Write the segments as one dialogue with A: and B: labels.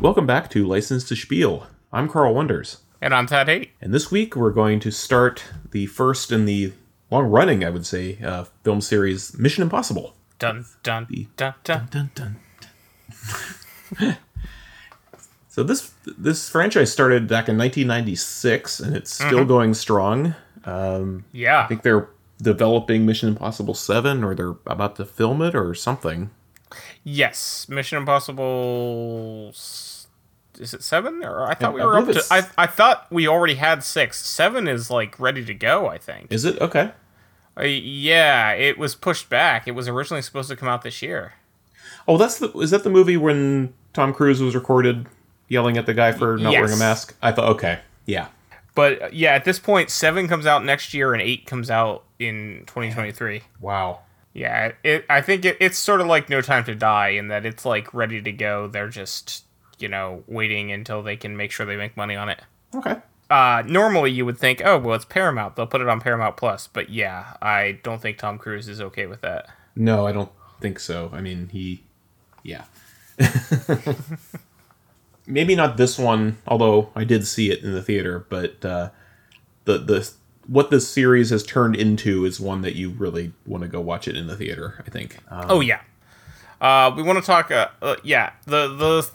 A: Welcome back to License to Spiel. I'm Carl Wonders,
B: And I'm Todd Haight.
A: and this week we're going to start the first in the long running, I would say, uh, film series Mission Impossible.
B: Dun dun dun dun.
A: Dun dun. so this this franchise started back in 1996, and it's still going strong.
B: Yeah,
A: I think they're developing Mission Impossible Seven, or they're about to film it, or something.
B: Yes, Mission Impossible. s- Is it seven? Or I thought we
A: I
B: were up
A: believe
B: to. I,
A: it's-
B: I thought we already had six. Seven is like ready to go. I think.
A: Is it okay?
B: Uh, yeah, it was pushed back. It was originally supposed to come out this year.
A: Oh, that's the is that the movie when Tom Cruise was recorded yelling at the guy for not
B: Yes.
A: wearing a mask? I thought okay, yeah,
B: But uh, yeah, at this point, seven comes out next year and eight comes out in 2023.
A: wow,
B: Yeah, it. I think it, it's sort of like No Time to Die in that it's like ready to go. They're just you know waiting until they can make sure they make money on it.
A: okay,
B: uh, normally you would think, oh, well, it's Paramount. They'll put it on Paramount Plus. But yeah, I don't think Tom Cruise is okay with that.
A: no, I don't think so. I mean, he, yeah, maybe not this one. Although I did see it in the theater, but uh, the the what this series has turned into is one that you really want to go watch it in the theater. I think. Um,
B: Oh, yeah. Uh, we want to talk. Uh, uh, yeah, the the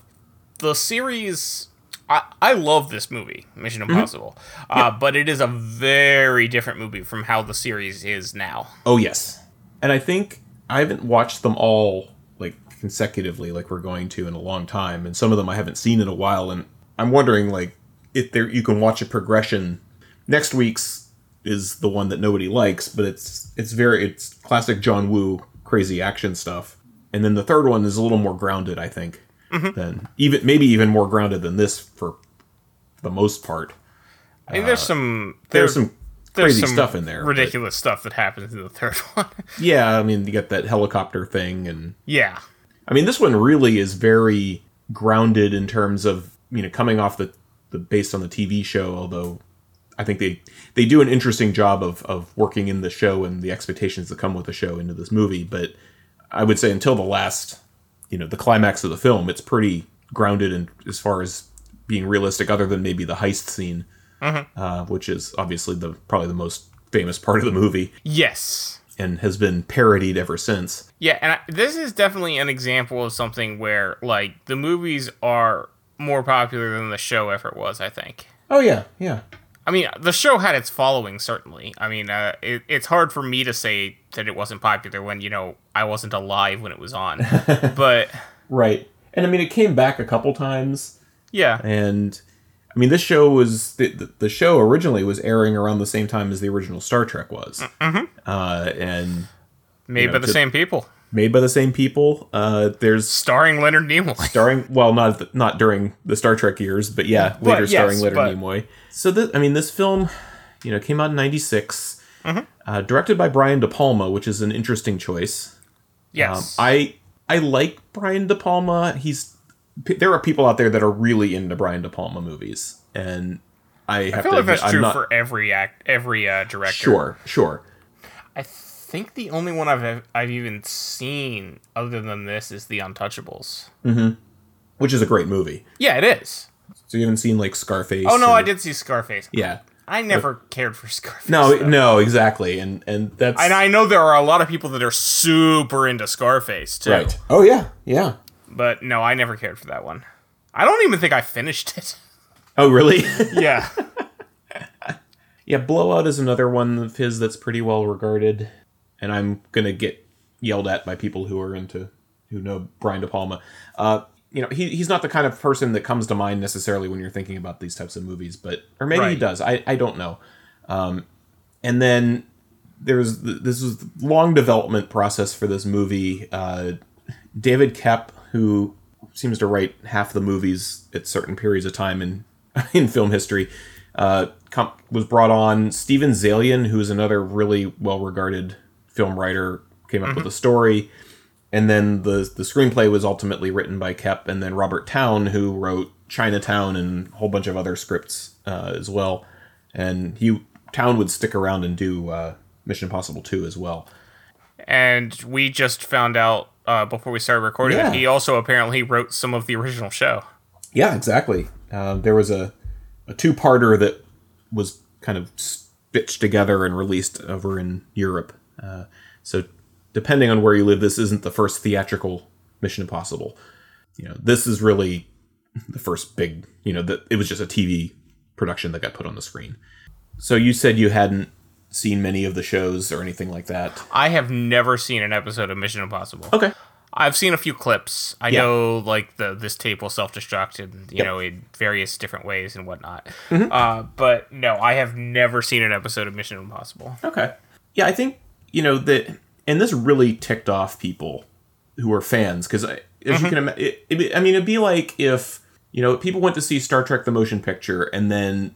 B: the series. I, I love this movie, Mission
A: Mm-hmm.
B: Impossible, uh, but it is a very different movie from how the series is now.
A: Oh yes. And I think I haven't watched them all like consecutively like we're going to in a long time and some of them I haven't seen in a while and I'm wondering like if there you can watch a progression. Next week's is the one that nobody likes, but it's it's very it's classic John Woo crazy action stuff. And then the third one is a little more grounded, I think. Than even maybe even more grounded than this for the most part.
B: I mean, there's some
A: Uh, There's
B: there-
A: some crazy stuff in there. but-
B: ridiculous stuff that happens in the third one.
A: yeah, I mean you got that helicopter thing and
B: yeah,
A: I mean, this one really is very grounded in terms of you know coming off the, the based on the TV show. Although I think they they do an interesting job of of working in the show and the expectations that come with the show into this movie. But I would say until the last, you know, the climax of the film, it's pretty grounded and as far as being realistic, other than maybe the heist scene, uh, which is obviously the probably the most famous part of the movie
B: yes.
A: and has been parodied ever since.
B: Yeah, and I, this is definitely an example of something where like the movies are more popular than the show ever was. I think.
A: Oh yeah, yeah.
B: I mean, the show had its following certainly. I mean, uh, it, it's hard for me to say that it wasn't popular when you know I wasn't alive when it was on. but
A: Right. And I mean, it came back a couple times,
B: yeah,
A: and I mean, this show was the the, the show originally was airing around the same time as the original Star Trek was,
B: Mm-hmm.
A: uh, and
B: made
A: know,
B: by the
A: to-
B: same people,
A: made by the same people. Uh, there's
B: starring Leonard Nimoy.
A: starring well, not th- not during the Star Trek years, but yeah,
B: But
A: later
B: yes,
A: starring Leonard
B: but-
A: Nimoy. So this, I mean, this film, you know, came out in '96,
B: Mm-hmm.
A: uh, directed by Brian De Palma, which is an interesting choice. Um,
B: yes,
A: I I like Brian De Palma. He's p- there are people out there that are really into Brian De Palma movies, and I have
B: I
A: to
B: feel like
A: admit,
B: that's
A: I'm
B: true
A: not
B: for every act, every uh, director.
A: sure, sure.
B: I think the only one I've I've even seen other than this is The Untouchables.
A: Which is a great movie.
B: Yeah, it is.
A: So you haven't seen like Scarface?
B: Oh no,
A: or-
B: I did see Scarface.
A: Yeah.
B: I never cared for Scarface.
A: No,
B: though.
A: no, exactly, and and that's
B: And I know there are a lot of people that are super into Scarface too.
A: right. Oh yeah, yeah.
B: But no, I never cared for that one. I don't even think I finished it.
A: Oh really?
B: Yeah.
A: yeah. Blowout is another one of his that's pretty well regarded, and I'm gonna get yelled at by people who are into who know Brian De Palma. Uh, you know, he, he's not the kind of person that comes to mind necessarily when you're thinking about these types of movies, but or maybe he
B: Right.
A: does. I, I don't know. Um, and then there's th- this was long development process for this movie. Uh, David Kep, who seems to write half the movies at certain periods of time in in film history, uh, com- was brought on. Steven Zalian, who is another really well regarded film writer, came up with the story and then the the screenplay was ultimately written by Kep and then Robert Town, who wrote Chinatown and a whole bunch of other scripts uh, as well. And he Town would stick around and do uh, Mission Impossible two as well.
B: and we just found out uh, before we started recording
A: Yeah.
B: that he also apparently wrote some of the original show.
A: Yeah, exactly. Uh, there was a, a two parter that was kind of stitched together and released over in Europe. Uh, so, depending on where you live, this isn't the first theatrical Mission Impossible. You know, this is really the first big. You know, that it was just a TV production that got put on the screen. So you said you hadn't seen many of the shows or anything like that.
B: I have never seen an episode of Mission Impossible.
A: Okay.
B: I've seen a few clips. I
A: Yeah.
B: know like the this tape will self destruct and you
A: Yep. Mm-hmm.
B: know in various different ways and whatnot. Uh, but no, I have never seen an episode of Mission Impossible.
A: Okay. Yeah, I think you know that, and this really ticked off people who were fans because, as
B: Mm-hmm.
A: you can imagine, it, it'd be- I mean, it'd be like if you know people went to see Star Trek: The Motion Picture, and then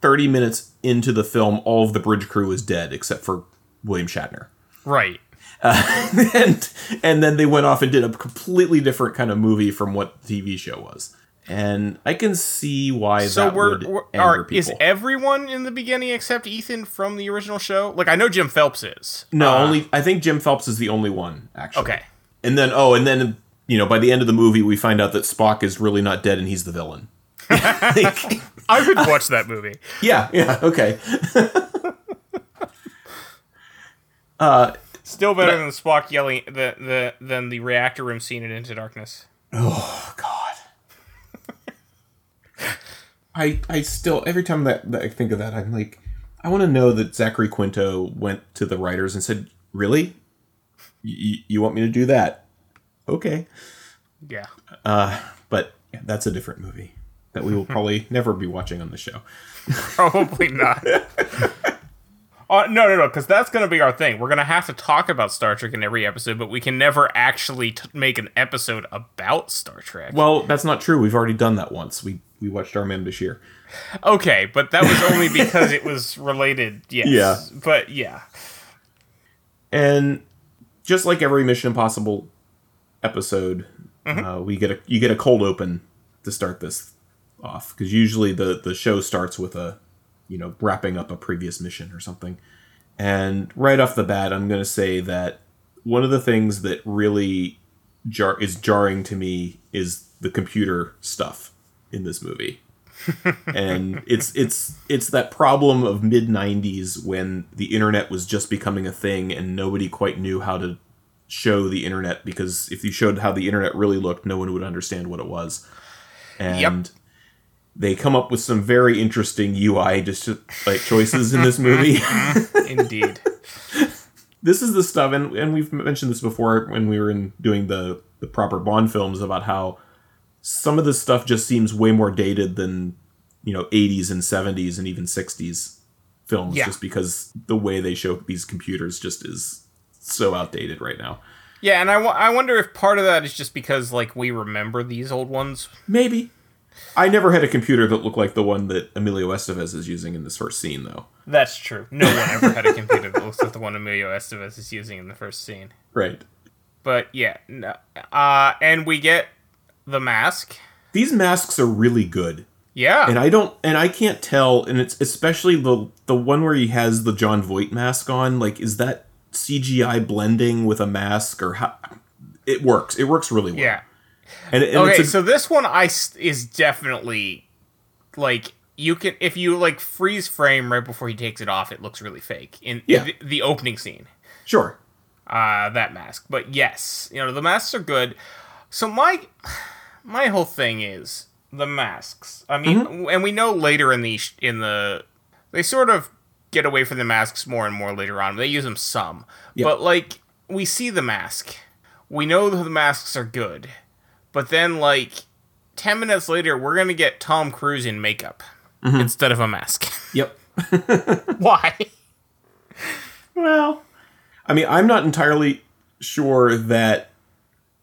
A: thirty minutes into the film, all of the bridge crew is dead except for William Shatner,
B: Right.
A: and and then they went off and did a completely different kind of movie from what the TV show was. And I can see why
B: So
A: that
B: we're,
A: would
B: we're
A: anger
B: are,
A: people.
B: is everyone in the beginning except Ethan from the original show? Like I know Jim Phelps is.
A: No,
B: Uh,
A: only I think Jim Phelps is the only one actually.
B: Okay.
A: And then oh, and then you know by the end of the movie we find out that Spock is really not dead and he's the villain. Like,
B: I would watch that movie.
A: yeah, yeah, okay.
B: Still better than Spock yelling the, the than the reactor room scene in Into Darkness.
A: Oh God. I I still every time that, that I think of that I'm like I want to know that Zachary Quinto went to the writers and said really Y- y- you want me to do that okay
B: Yeah.
A: but yeah, that's a different movie that we will probably never be watching on the show.
B: Probably not. Uh, no, no, no, because that's going to be our thing. We're going to have to talk about Star Trek in every episode, but we can never actually t- make an episode about Star Trek.
A: Well, that's not true. We've already done that once. We we watched Armand Bashir.
B: okay, but that was only because it was related, yes.
A: Yeah.
B: But yeah.
A: And just like every Mission Impossible episode, uh, we get a you get a cold open to start this off because usually the the show starts with a you know wrapping up a previous mission or something. And right off the bat, I'm going to say that one of the things that really jar is jarring to me is the computer stuff in this movie. and it's it's it's that problem of mid 90s when the internet was just becoming a thing and nobody quite knew how to show the internet because if you showed how the internet really looked no one would understand what it was and they come up with some very interesting ui just like choices in this movie
B: Indeed.
A: this is the stuff, and, and we've mentioned this before when we were in doing the the proper Bond films about how some of this stuff just seems way more dated than you know 80s and 70s and even 60s films,
B: Yeah.
A: just because the way they show these computers just is so outdated right now.
B: yeah, and I wo- I wonder if part of that is just because, like, we remember these old ones.
A: Maybe I never had a computer that looked like the one that Emilio Estevez is using in this first scene, though.
B: That's true. No one ever had a computer that looks like the one Emilio Estevez is using in the first scene.
A: Right.
B: But yeah, no. Uh, and we get the mask.
A: These masks are really good.
B: Yeah.
A: and I don't and I can't tell and it's especially the the one where he has the John Voight mask on like is that CGI blending with a mask or how it works it works really well
B: yeah.
A: and, and
B: Okay,
A: it's a,
B: so this one I s- is definitely like you can if you like freeze frame right before he takes it off, it looks really fake in
A: Yeah.
B: the, the opening scene.
A: sure
B: Uh, that mask, but yes, you know the masks are good. So my my whole thing is the masks. I
A: Mm-hmm.
B: mean, and we know later in the sh- in the they sort of get away from the masks more and more later on. They use them some,
A: Yeah.
B: but like we see the mask, we know that the masks are good, but then like ten minutes later, we're gonna get Tom Cruise in makeup
A: Mm-hmm.
B: instead of a mask.
A: yep
B: Why?
A: well I mean I'm not entirely sure that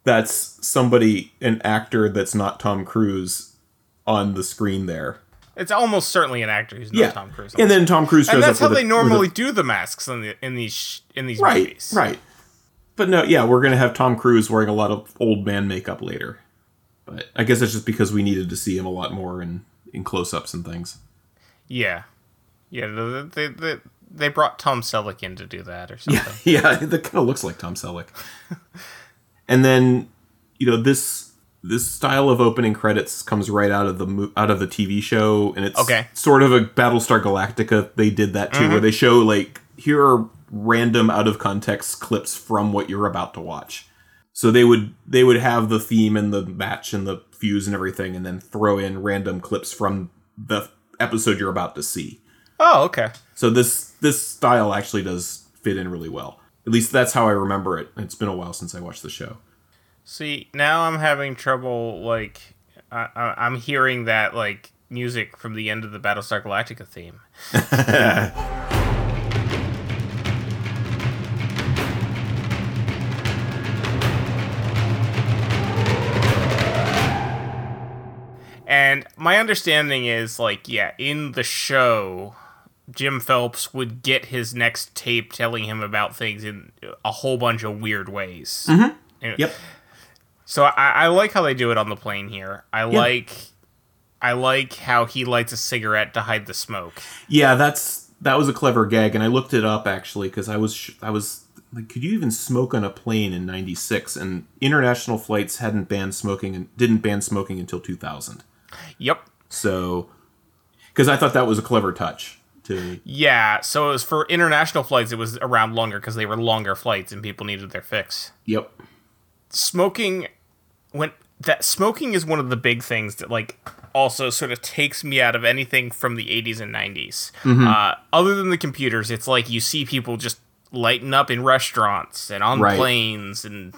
A: that's somebody an actor that's not Tom Cruise on the screen there
B: It's almost certainly an actor who's not
A: yeah
B: Tom Cruise.
A: and then Tom Cruise shows
B: and that's
A: up
B: how
A: with a-
B: they
A: with a-
B: normally do the masks in the in these sh- in these
A: right
B: movies.
A: right but no yeah we're gonna have tom cruise wearing a lot of old man makeup later but i guess that's just because we needed to see him a lot more in in close-ups and things
B: Yeah, yeah. the- the- They they they brought Tom Selleck in to do that or something.
A: yeah that kind of looks like tom selleck and then you know this this style of opening credits comes right out of the mo- out of the TV show, and it's
B: Okay.
A: sort of a Battlestar Galactica. They did that too, where they show like here are random out of context clips from what you're about to watch. So they would they would have the theme and the match and the fuse and everything, and then throw in random clips from the episode you're about to see.
B: Oh, okay.
A: So this this style actually does fit in really well. At least that's how I remember it. It's been a while since I watched the show.
B: See, now I'm having trouble. Like, I, I, I'm hearing that like music from the end of the Battlestar Galactica theme. And my understanding is like, yeah, in the show, Jim Phelps would get his next tape telling him about things in a whole bunch of weird ways. Anyway,
A: Yep.
B: So I, I like how they do it on the plane here. I like, I like how he lights a cigarette to hide the smoke.
A: Yeah, that's that was a clever gag, and I looked it up actually because I was sh- I was like, could you even smoke on a plane in '96? And international flights hadn't banned smoking and didn't ban smoking until 2000.
B: Yep.
A: So, because I thought that was a clever touch to
B: Yeah. So it was for international flights. It was around longer because they were longer flights and people needed their fix.
A: yep
B: smoking when that smoking is one of the big things that like also sort of takes me out of anything from the 80s and 90s
A: Mm-hmm.
B: uh, other than the computers it's like you see people just lighten up in restaurants and on
A: Right.
B: planes and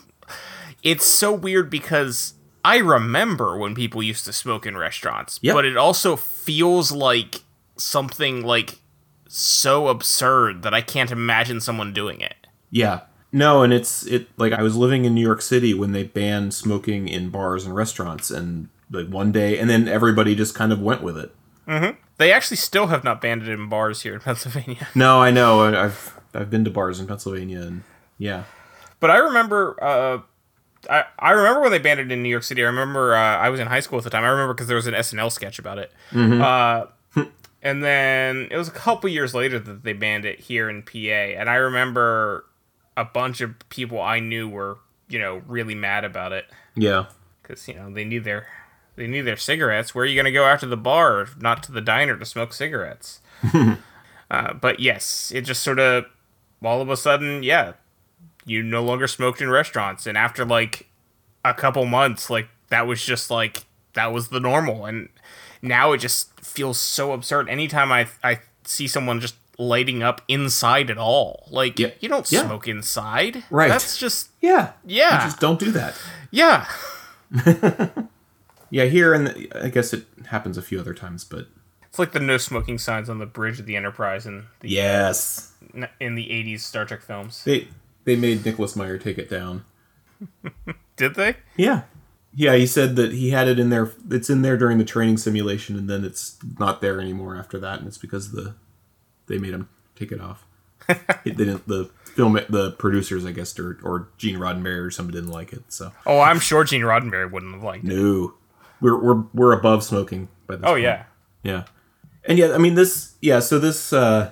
B: it's so weird because i remember when people used to smoke in restaurants
A: Yep.
B: but it also feels like something like so absurd that i can't imagine someone doing it
A: yeah. No, and it's it like I was living in New York City when they banned smoking in bars and restaurants, and like one day, and then everybody just kind of went with it.
B: they actually still have not banned it in bars here in pennsylvania
A: No, I know. I- I've I've been to bars in Pennsylvania, and yeah,
B: But I remember, uh, I, I remember when they banned it in New York City. I remember uh, I was in high school at the time. I remember because there was an SNL sketch about it. Uh, and then it was a couple years later that they banned it here in PA. And I remember a bunch of people I knew were, you know, really mad about it
A: yeah.
B: because you know they need their they need their cigarettes. Where are you going to go after the bar, if not to the diner, to smoke cigarettes? uh, but yes, it just sort of all of a sudden, yeah, you no longer smoked in restaurants, and after like a couple months, like that was just like that was the normal, and now it just feels so absurd. Anytime I I see someone just lighting up inside at all, like
A: Yeah.
B: you don't
A: Yeah.
B: smoke inside,
A: Right.
B: That's just
A: Yeah.
B: Yeah.
A: You just don't do that.
B: yeah.
A: Yeah, here and the, I guess it happens a few other times, but
B: It's like the no smoking signs on the bridge of the Enterprise in the
A: yes,
B: in the '80s Star Trek films.
A: they they made Nicholas Meyer take it down.
B: Did they?
A: Yeah, yeah. He said that he had it in there. It's in there during the training simulation, and then it's not there anymore after that, and it's because the they made him take it off. it didn't. The film, the producers, I guess, or, or Gene Roddenberry or somebody didn't like it. So
B: Oh, I'm sure Gene Roddenberry wouldn't have liked it.
A: no, we're we're we're above smoking by this.
B: Oh
A: point.
B: yeah,
A: Yeah. And yeah, I mean this yeah, so this uh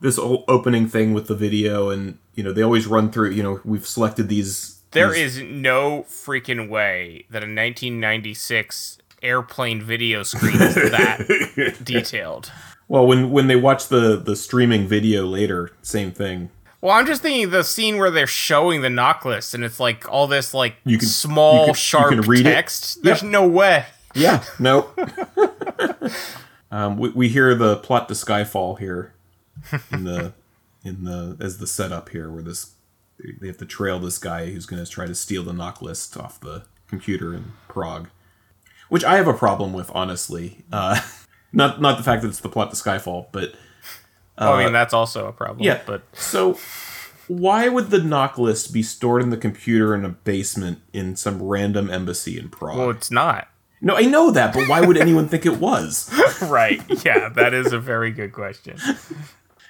A: this o- opening thing with the video and you know, they always run through, you know, we've selected these
B: there is no freaking way that a 1996 airplane video screen is that detailed.
A: Well, when when they watch the the streaming video later, same thing.
B: Well, I'm just thinking the scene where they're showing the knock list and it's like all this like
A: You can-
B: small
A: you can- you
B: sharp
A: can read it.
B: text. There's no way.
A: Yeah. Nope. um we, we hear the plot to Skyfall here in the in the as the setup here where this they have to trail this guy who's going to try to steal the knock list off the computer in Prague. which I have a problem with, honestly. Uh, not not the fact that it's the plot to Skyfall, but
B: I mean, that's also a problem.
A: Uh, yeah.
B: but
A: so why would the knock list be stored in the computer in a basement in some random embassy in Prague?
B: well, it's not.
A: no, I know that, but why would anyone think it was?
B: right. Yeah, that is a very good question.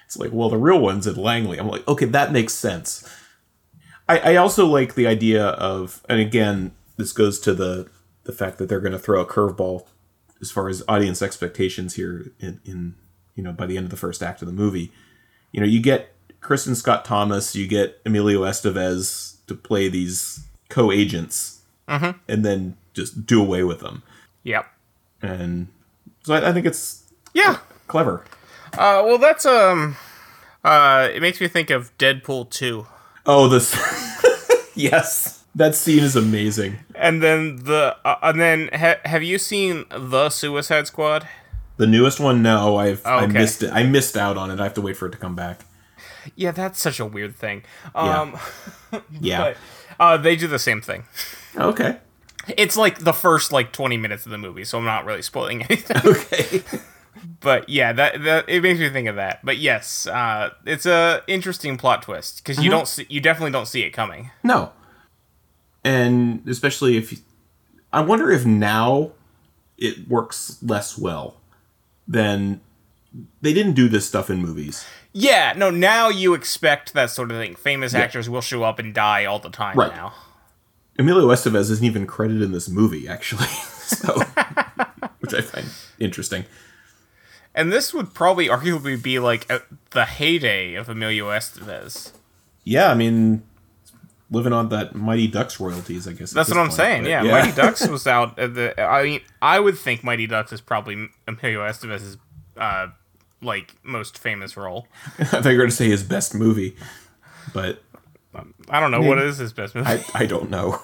A: It's like, well, the real one's at Langley. I'm like, okay, that makes sense. I, I also like the idea of, and again, this goes to the the fact that they're going to throw a curveball as far as audience expectations here in, in you know by the end of the first act of the movie. You know, you get Kristen Scott Thomas, you get Emilio Estevez to play these co-agents, and then just do away with them.
B: Yep.
A: And so I, I think it's
B: Yeah.
A: clever.
B: Uh, well, that's um. Uh, it makes me think of Deadpool two,
A: Oh, this. yes. That scene is amazing.
B: and then the uh, and then ha- have you seen the Suicide Squad?
A: The newest one, no, I've I
B: Okay.
A: missed it. I missed out on it. I have to wait for it to come back.
B: Yeah, that's such a weird thing. Um,
A: Yeah.
B: but, uh, they do the same thing.
A: Okay.
B: It's like the first like twenty minutes of the movie, so I'm not really spoiling anything.
A: Okay.
B: but yeah, that, that it makes me think of that. But yes, uh, it's a interesting plot twist because you don't see, you definitely don't see it coming.
A: No. And especially if I wonder if now it works less well than they didn't do this stuff in movies.
B: Yeah, no. Now you expect that sort of thing. Famous actors will show up and die all the time
A: Right.
B: now.
A: Emilio Estevez isn't even credited in this movie actually. So which I find interesting.
B: And this would probably arguably be like uh the heyday of Emilio Estevez.
A: Yeah, I mean living on that Mighty Ducks royalties, I guess. at
B: That's
A: this
B: what I'm
A: point,
B: saying.
A: but
B: Yeah, Mighty Ducks was out. At the I mean, I would think Mighty Ducks is probably Emilio Estevez's uh, like most famous role.
A: I thought you were going to say his best movie, but
B: I don't know what is his best movie.
A: I, I don't know.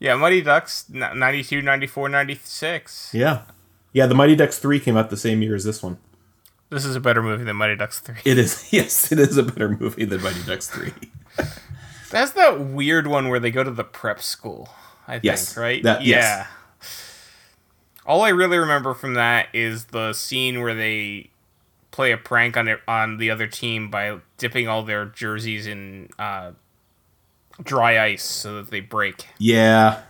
B: yeah, Mighty Ducks n- 92, 94, 96.
A: Yeah. Yeah, The Mighty Ducks 3 came out the same year as this one.
B: This is a better movie than Mighty Ducks 3.
A: It is, yes, it is a better movie than Mighty Ducks 3.
B: That's that weird one where they go to the prep school, I think,
A: Yes,
B: right?
A: that-
B: yeah.
A: yes.
B: All I really remember from that is the scene where they play a prank on it, on the other team by dipping all their jerseys in uh, dry ice so that they break.
A: Yeah.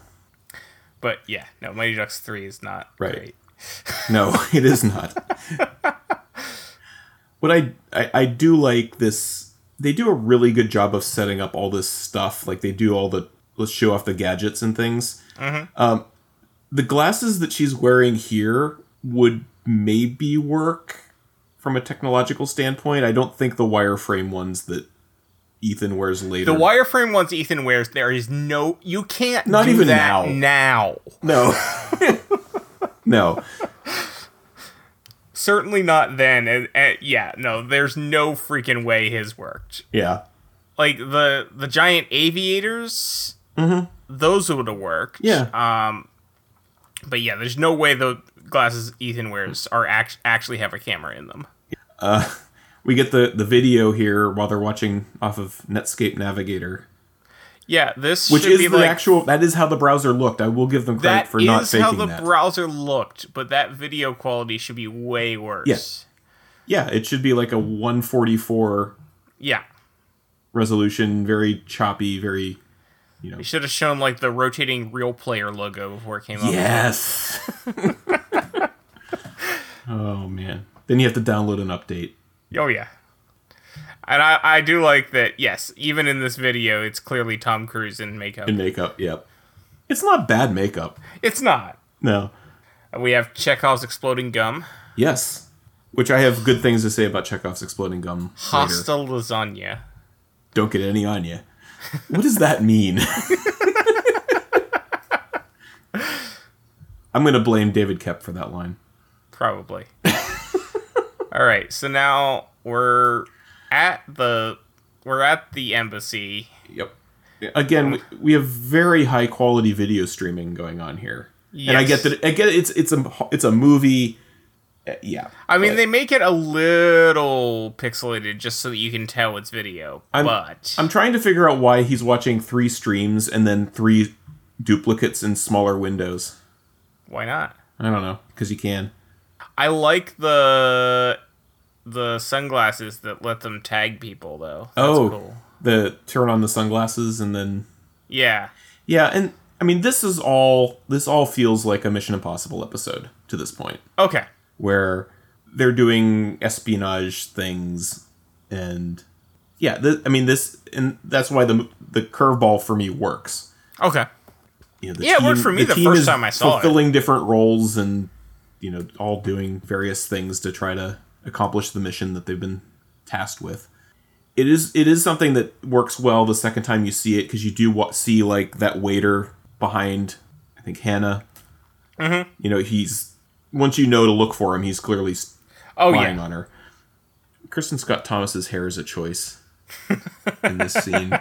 B: But yeah, no, Mighty Ducks 3 is not
A: Right.
B: great.
A: No, it is not. what I, I I do like this they do a really good job of setting up all this stuff. Like they do all the let's show off the gadgets and things. Um, the glasses that she's wearing here would maybe work from a technological standpoint. I don't think the wireframe ones that Ethan wears later.
B: The wireframe ones Ethan wears, there is no. You can't
A: Not
B: do
A: even
B: that
A: now.
B: now.
A: no. no.
B: Certainly not then. And, and yeah, no, there's no freaking way his worked.
A: Yeah.
B: like the the giant aviators those would have worked
A: Mm-hmm. Yeah.
B: um but yeah there's no way the glasses ethan wears are act- actually have a camera in them
A: we get the the video here while they're watching off of Netscape Navigator,
B: yeah this
A: which
B: should
A: is
B: be
A: the
B: like
A: actual. That is how the browser looked. I will give them credit
B: that
A: for not
B: is how
A: faking
B: the
A: that.
B: browser looked but that video quality should be way worse
A: Yes. yeah, it should be like a 144
B: yeah
A: resolution, very choppy, very you know.
B: it should have shown like the rotating real player logo before it came up
A: Yes. oh man. Then you have to download an update.
B: Oh yeah. And I, I do like that, yes, even in this video, it's clearly Tom Cruise in makeup.
A: And makeup, yep. It's not bad makeup.
B: It's not.
A: No.
B: We have Chekhov's exploding gum,
A: Yes. Which I have good things to say about Chekhov's exploding gum. later.
B: pasta lasagna.
A: don't get any on you. What does that mean? I'm going to blame David Kep for that line.
B: Probably. All right, so now we're at the we're at the embassy.
A: Yep. Again, we, we have very high quality video streaming going on here, and I get
B: Yes.
A: that. I get it's it's a it's a movie. Uh, yeah,
B: I mean,
A: but
B: they make it a little pixelated just so that you can tell it's video,
A: I'm-
B: but
A: I'm trying to figure out why he's watching three streams and then three duplicates in smaller windows.
B: why not?
A: I don't know because you can.
B: I like the the sunglasses that let them tag people though. That's
A: oh,
B: cool.
A: the turn on the sunglasses and then
B: Yeah.
A: Yeah, and I mean this is all this all feels like a Mission Impossible episode to this point
B: Okay.
A: where they're doing espionage things and yeah, th- I mean this and that's why the the curveball for me works.
B: Okay.
A: You know, the
B: Yeah, it worked for me the
A: team
B: first
A: is
B: time I saw it.
A: fulfilling different roles and you know all doing various things to try to accomplish the mission that they've been tasked with. It is it is something that works well the second time you see it because you do wa- see like that waiter behind. I I think Hannah.
B: Mm-hmm.
A: You know, he's once you know to look for him, he's clearly
B: Oh
A: spying
B: yeah.
A: on her. Kristen Scott Thomas's hair is a choice in this scene.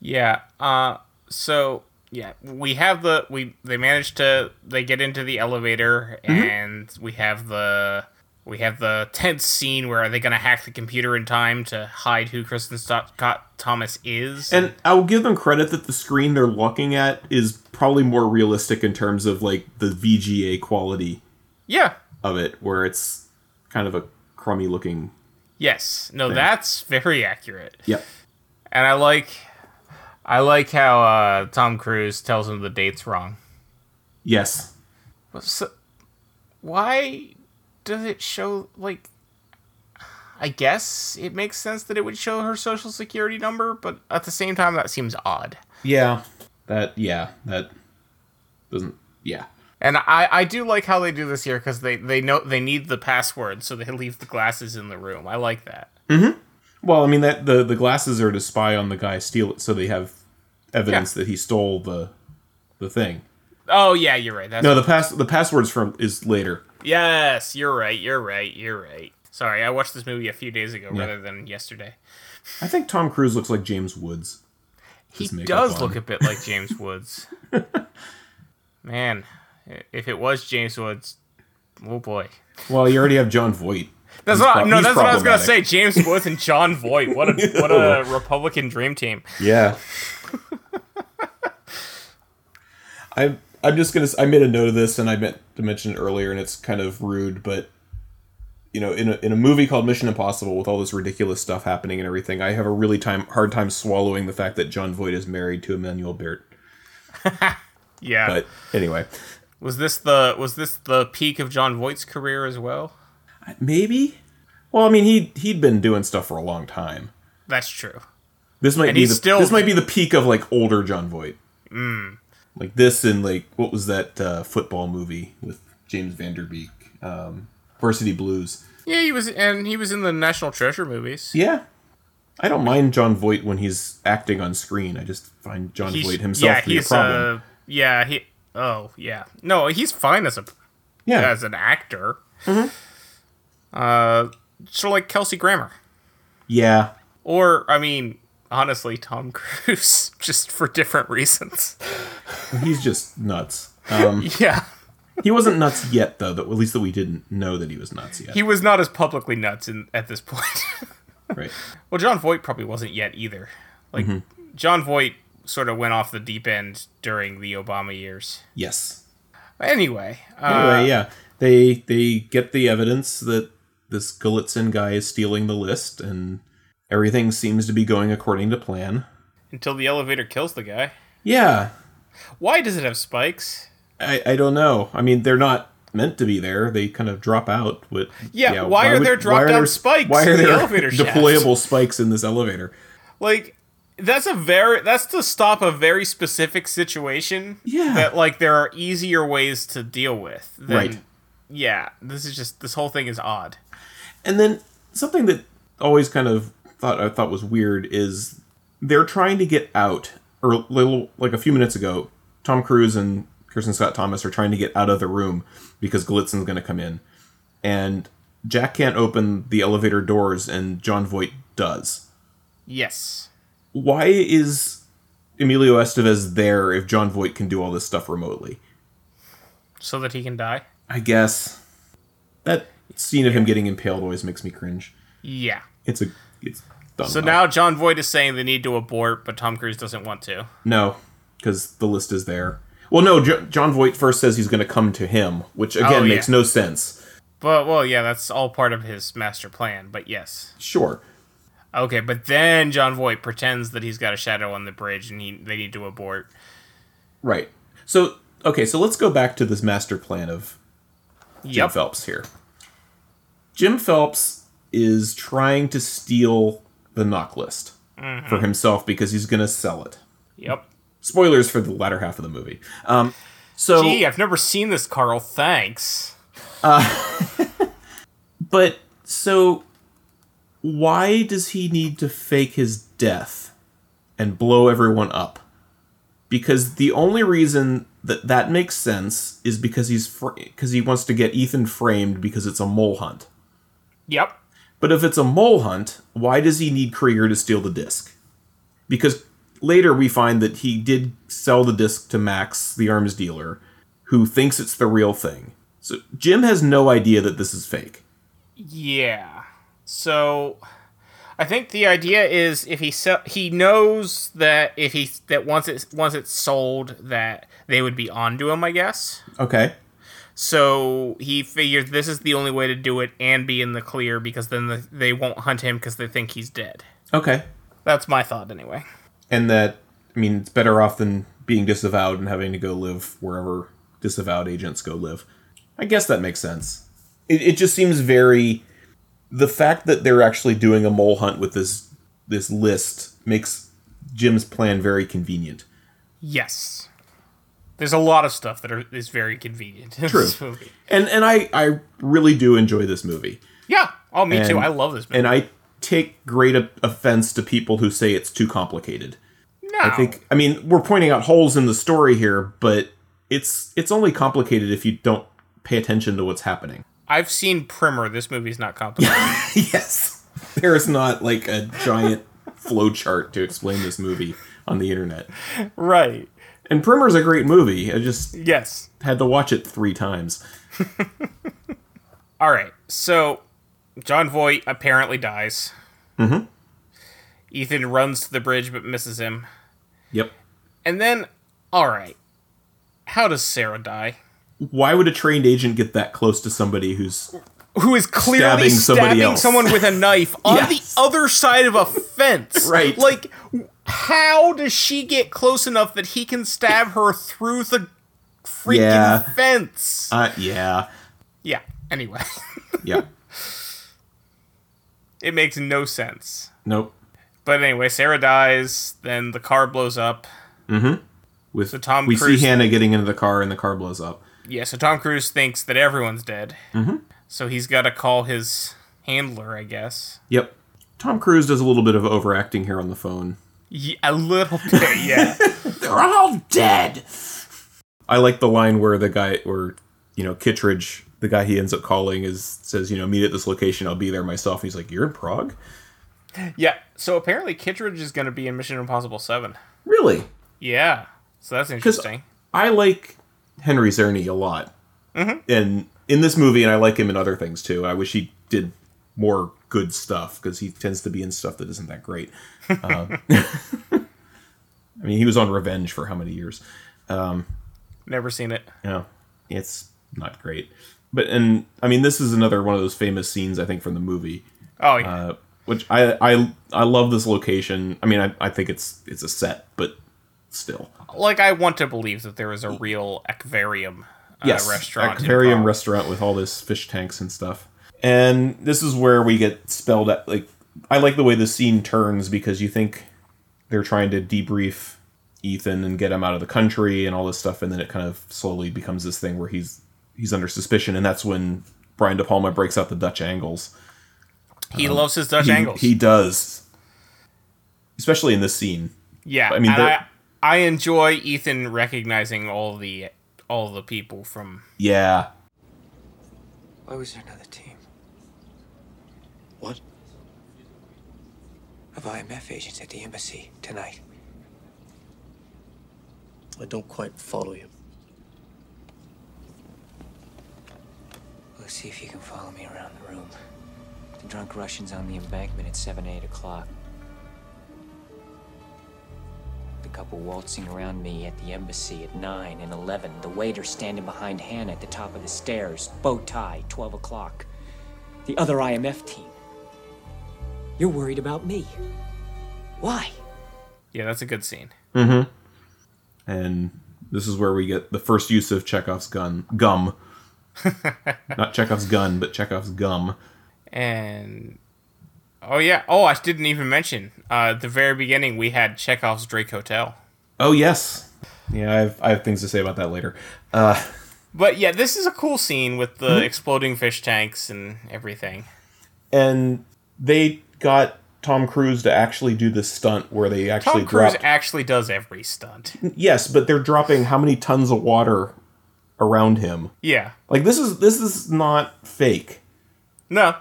B: Yeah. Uh so yeah, we have the we they managed to they get into the elevator and we have the we have the tense scene where are they going to hack the computer in time to hide who Kristen Scott Thomas is?
A: And I will give them credit that the screen they're looking at is probably more realistic in terms of like the VGA quality
B: yeah.
A: of it, where it's kind of a crummy looking.
B: Yes. No, that's very accurate.
A: Yep.
B: And I like I like how uh, Tom Cruise tells him the date's wrong.
A: Yes.
B: So, why does it show like? I guess it makes sense that it would show her social security number, but at the same time, that seems odd.
A: Yeah. That. Yeah. That doesn't. Yeah.
B: And I, I do like how they do this here because they, they know they need the password, so they leave the glasses in the room. I like that.
A: Well, I mean that the the glasses are to spy on the guy steal it, so they have evidence that he stole the the thing.
B: Oh yeah, you're right. That's
A: No, the pass the passwords from is later.
B: yes, you're right. You're right. You're right. Sorry, I watched this movie a few days ago rather than yesterday.
A: I think Tom Cruise looks like James Woods.
B: He
A: makeup
B: does
A: on.
B: look a bit like James Woods. Man, i- if it was James Woods, oh boy.
A: Well, you already have John Voight.
B: That's
A: He's
B: what
A: pro-
B: I, no,
A: he's
B: that's what I was gonna say.
A: problematic.
B: James Woods and John Voight. What a what a Republican dream team.
A: Yeah. I I'm just gonna s- I made a note of this and I meant to mention it earlier and it's kind of rude, but you know, in a, in a movie called Mission Impossible with all this ridiculous stuff happening and everything, I have a really time hard time swallowing the fact that John Voight is married to Emmanuel Bert.
B: Yeah.
A: But anyway,
B: was this the was this the peak of John Voight's career as well?
A: maybe. Well, I mean, he he'd been doing stuff for a long time.
B: That's true.
A: This might
B: And
A: be
B: he's
A: the,
B: still- Hmm.
A: this might be the peak of like older John Voight. Like this and like what was that uh, football movie with James Vanderbeek, um, Varsity Blues.
B: Yeah, he was, and he was in the National Treasure movies.
A: Yeah, I don't mind John Voight when he's acting on screen. I just find John
B: He's-
A: Voight himself to be a problem.
B: Uh, yeah, he. Oh, yeah. No, he's fine as a
A: yeah,
B: as an actor. Uh, sort of like Kelsey Grammer,
A: yeah,
B: or I mean, honestly, Tom Cruise, just for different reasons.
A: he's just nuts. Um,
B: Yeah,
A: he wasn't nuts yet, though. That at least that we didn't know that he was nuts yet.
B: he was not as publicly nuts in, at this point.
A: right?
B: well, John Voight probably wasn't yet either. Like
A: Mm-hmm.
B: John Voight sort of went off the deep end during the Obama years.
A: Yes.
B: Anyway, uh,
A: Anyway, yeah, they they get the evidence that this Gullitson guy is stealing the list, and everything seems to be going according to plan.
B: until the elevator kills the guy.
A: Yeah,
B: Why does it have spikes?
A: I I don't know. I mean, they're not meant to be there. They kind of drop out. But
B: Yeah, why are there drop-down spikes
A: Why are
B: in the
A: there
B: elevator shaft?
A: deployable spikes in this elevator?
B: like that's a very that's to stop a very specific situation
A: Yeah.
B: that like there are easier ways to deal with than,
A: Right.
B: yeah this is just this whole thing is odd
A: And then something that always kind of thought I thought was weird is they're trying to get out. Or little like a few minutes ago, Tom Cruise and Kirsten Scott Thomas are trying to get out of the room because Glitzen's going to come in, and Jack can't open the elevator doors, and John Voight does.
B: yes
A: Why is Emilio Estevez there if John Voight can do all this stuff remotely?
B: so that he can die
A: I guess that scene of him getting impaled always makes me cringe.
B: yeah
A: It's a it's done.
B: so now john voight is saying they need to abort but tom cruise doesn't want to
A: No, because the list is there. Well, no, jo- John Voight first says he's going to come to him, which again
B: Oh, yeah.
A: makes no sense.
B: but well yeah that's all part of his master plan but yes
A: Sure.
B: okay but then john voight pretends that he's got a shadow on the bridge and he they need to abort
A: Right. So, okay, so let's go back to this master plan of Jim
B: yep
A: Phelps here. Jim Phelps is trying to steal the knock list
B: Mm-hmm.
A: for himself because he's going to sell it.
B: yep
A: Spoilers for the latter half of the movie. Um, so,
B: gee i've never seen this carl thanks
A: but so why does he need to fake his death and blow everyone up because the only reason that that makes sense is because he's because fr- he wants to get Ethan framed because it's a mole hunt.
B: Yep.
A: But if it's a mole hunt, why does he need Krieger to steal the disc? Because later we find that he did sell the disc to Max, the arms dealer, who thinks it's the real thing. So Jim has no idea that this is fake.
B: Yeah. So I think the idea is if he sell, he knows that if he that once it once it's sold that they would be onto him, I guess.
A: Okay.
B: So he figures this is the only way to do it and be in the clear because then the, they won't hunt him because they think he's dead.
A: Okay.
B: That's my thought anyway.
A: And that I mean it's better off than being disavowed and having to go live wherever disavowed agents go live. I guess that makes sense. It, it just seems very the fact that they're actually doing a mole hunt with this this list makes Jim's plan very convenient.
B: Yes. There's a lot of stuff that are, is very convenient. in
A: True.
B: this movie.
A: And and I I really do enjoy this movie.
B: Yeah. Oh, me too.
A: And-
B: I love this movie.
A: And I take great o- offense to people who say it's too complicated.
B: no.
A: I think I mean we're pointing out holes in the story here, but it's it's only complicated if you don't pay attention to what's happening.
B: I've seen Primer. This movie's not complicated.
A: yes. There is not like a giant flowchart to explain this movie on the internet.
B: right.
A: And Primer's a great movie. I just
B: Yes.
A: had to watch it 3 times.
B: All right. So John Voight apparently dies. Mm-hmm. Ethan runs to the bridge but misses him.
A: Yep.
B: And then, all right. How does Sarah die?
A: Why would a trained agent get that close to somebody who's
B: Who is
A: Stabbing
B: clearly stabbing,
A: somebody else.
B: someone with a knife on
A: Yes.
B: the other side of a fence?
A: Right.
B: Like, how does she get close enough that he can stab her through the freaking
A: Yeah.
B: fence?
A: uh yeah.
B: yeah. Anyway,
A: Yeah.
B: it makes no sense.
A: Nope.
B: But anyway, Sarah dies. Then the car blows up.
A: With
B: So Tom
A: we
B: Cruise-
A: see Hannah getting into the car and the car blows up.
B: Yeah, so Tom Cruise thinks that everyone's dead. Mm-hmm. So he's got to call his handler, I guess.
A: Yep. Tom Cruise does a little bit of overacting here on the phone.
B: Ye- a little bit, yeah.
A: They're all dead. I like the line where the guy, or you know, Kittredge, the guy he ends up calling, is says, you know, meet at this location. I'll be there myself. And he's like, you're in Prague,
B: yeah, so apparently Kittredge is going to be in Mission Impossible 7.
A: really?
B: Yeah, so that's interesting.
A: I like Henry Zerny a lot, and in this movie, and I like him in other things too. I wish he did more good stuff because he tends to be in stuff that isn't that great. Uh, I mean, he was on Revenge for how many years?
B: Never seen it.
A: Yeah, it's not great. But and I mean, this is another one of those famous scenes I think from the movie,
B: Oh, yeah.
A: uh, which I I I love this location. I mean, I, I think it's it's a set, but still,
B: like, I want to believe that there is a real aquarium uh,
A: yes,
B: restaurant. in
A: aquarium
B: Prague.
A: restaurant with all this fish tanks and stuff. And this is where we get spelled out. Like I like the way the scene turns because you think they're trying to debrief Ethan and get him out of the country and all this stuff, and then it kind of slowly becomes this thing where he's he's under suspicion, and that's when Brian De Palma breaks out the Dutch angles.
B: he loves his Dutch
A: He,
B: angles.
A: he does, especially in this scene.
B: yeah,
A: I mean,
B: and I,
A: they're-
B: I enjoy Ethan recognizing all the all the people from
A: Yeah,
C: Why was there another team?
D: What?
C: Of IMF agents at the embassy tonight.
D: I don't quite follow you.
C: We'll see if you can follow me around the room. The drunk Russians on the embankment at 7, 8 o'clock. The couple waltzing around me at the embassy at 9 and 11. The waiter standing behind Hannah at the top of the stairs. Bow tie, 12 o'clock. The other IMF team. You're worried about me. Why?
B: yeah, that's a good scene.
A: and this is where we get the first use of Chekhov's gun gum. Not Chekhov's gun, but Chekhov's gum.
B: And oh yeah, oh I didn't even mention uh, at the very beginning we had Chekhov's Drake Hotel.
A: Oh yes, yeah. I have, I have things to say about that later. Uh,
B: But yeah, this is a cool scene with
A: Mm-hmm.
B: the exploding fish tanks and everything.
A: and they got Tom Cruise to actually do this stunt where they actually
B: Tom Cruise
A: drop.
B: actually does every stunt.
A: yes, but they're dropping how many tons of water around him?
B: Yeah.
A: Like this is this is not fake.
B: No.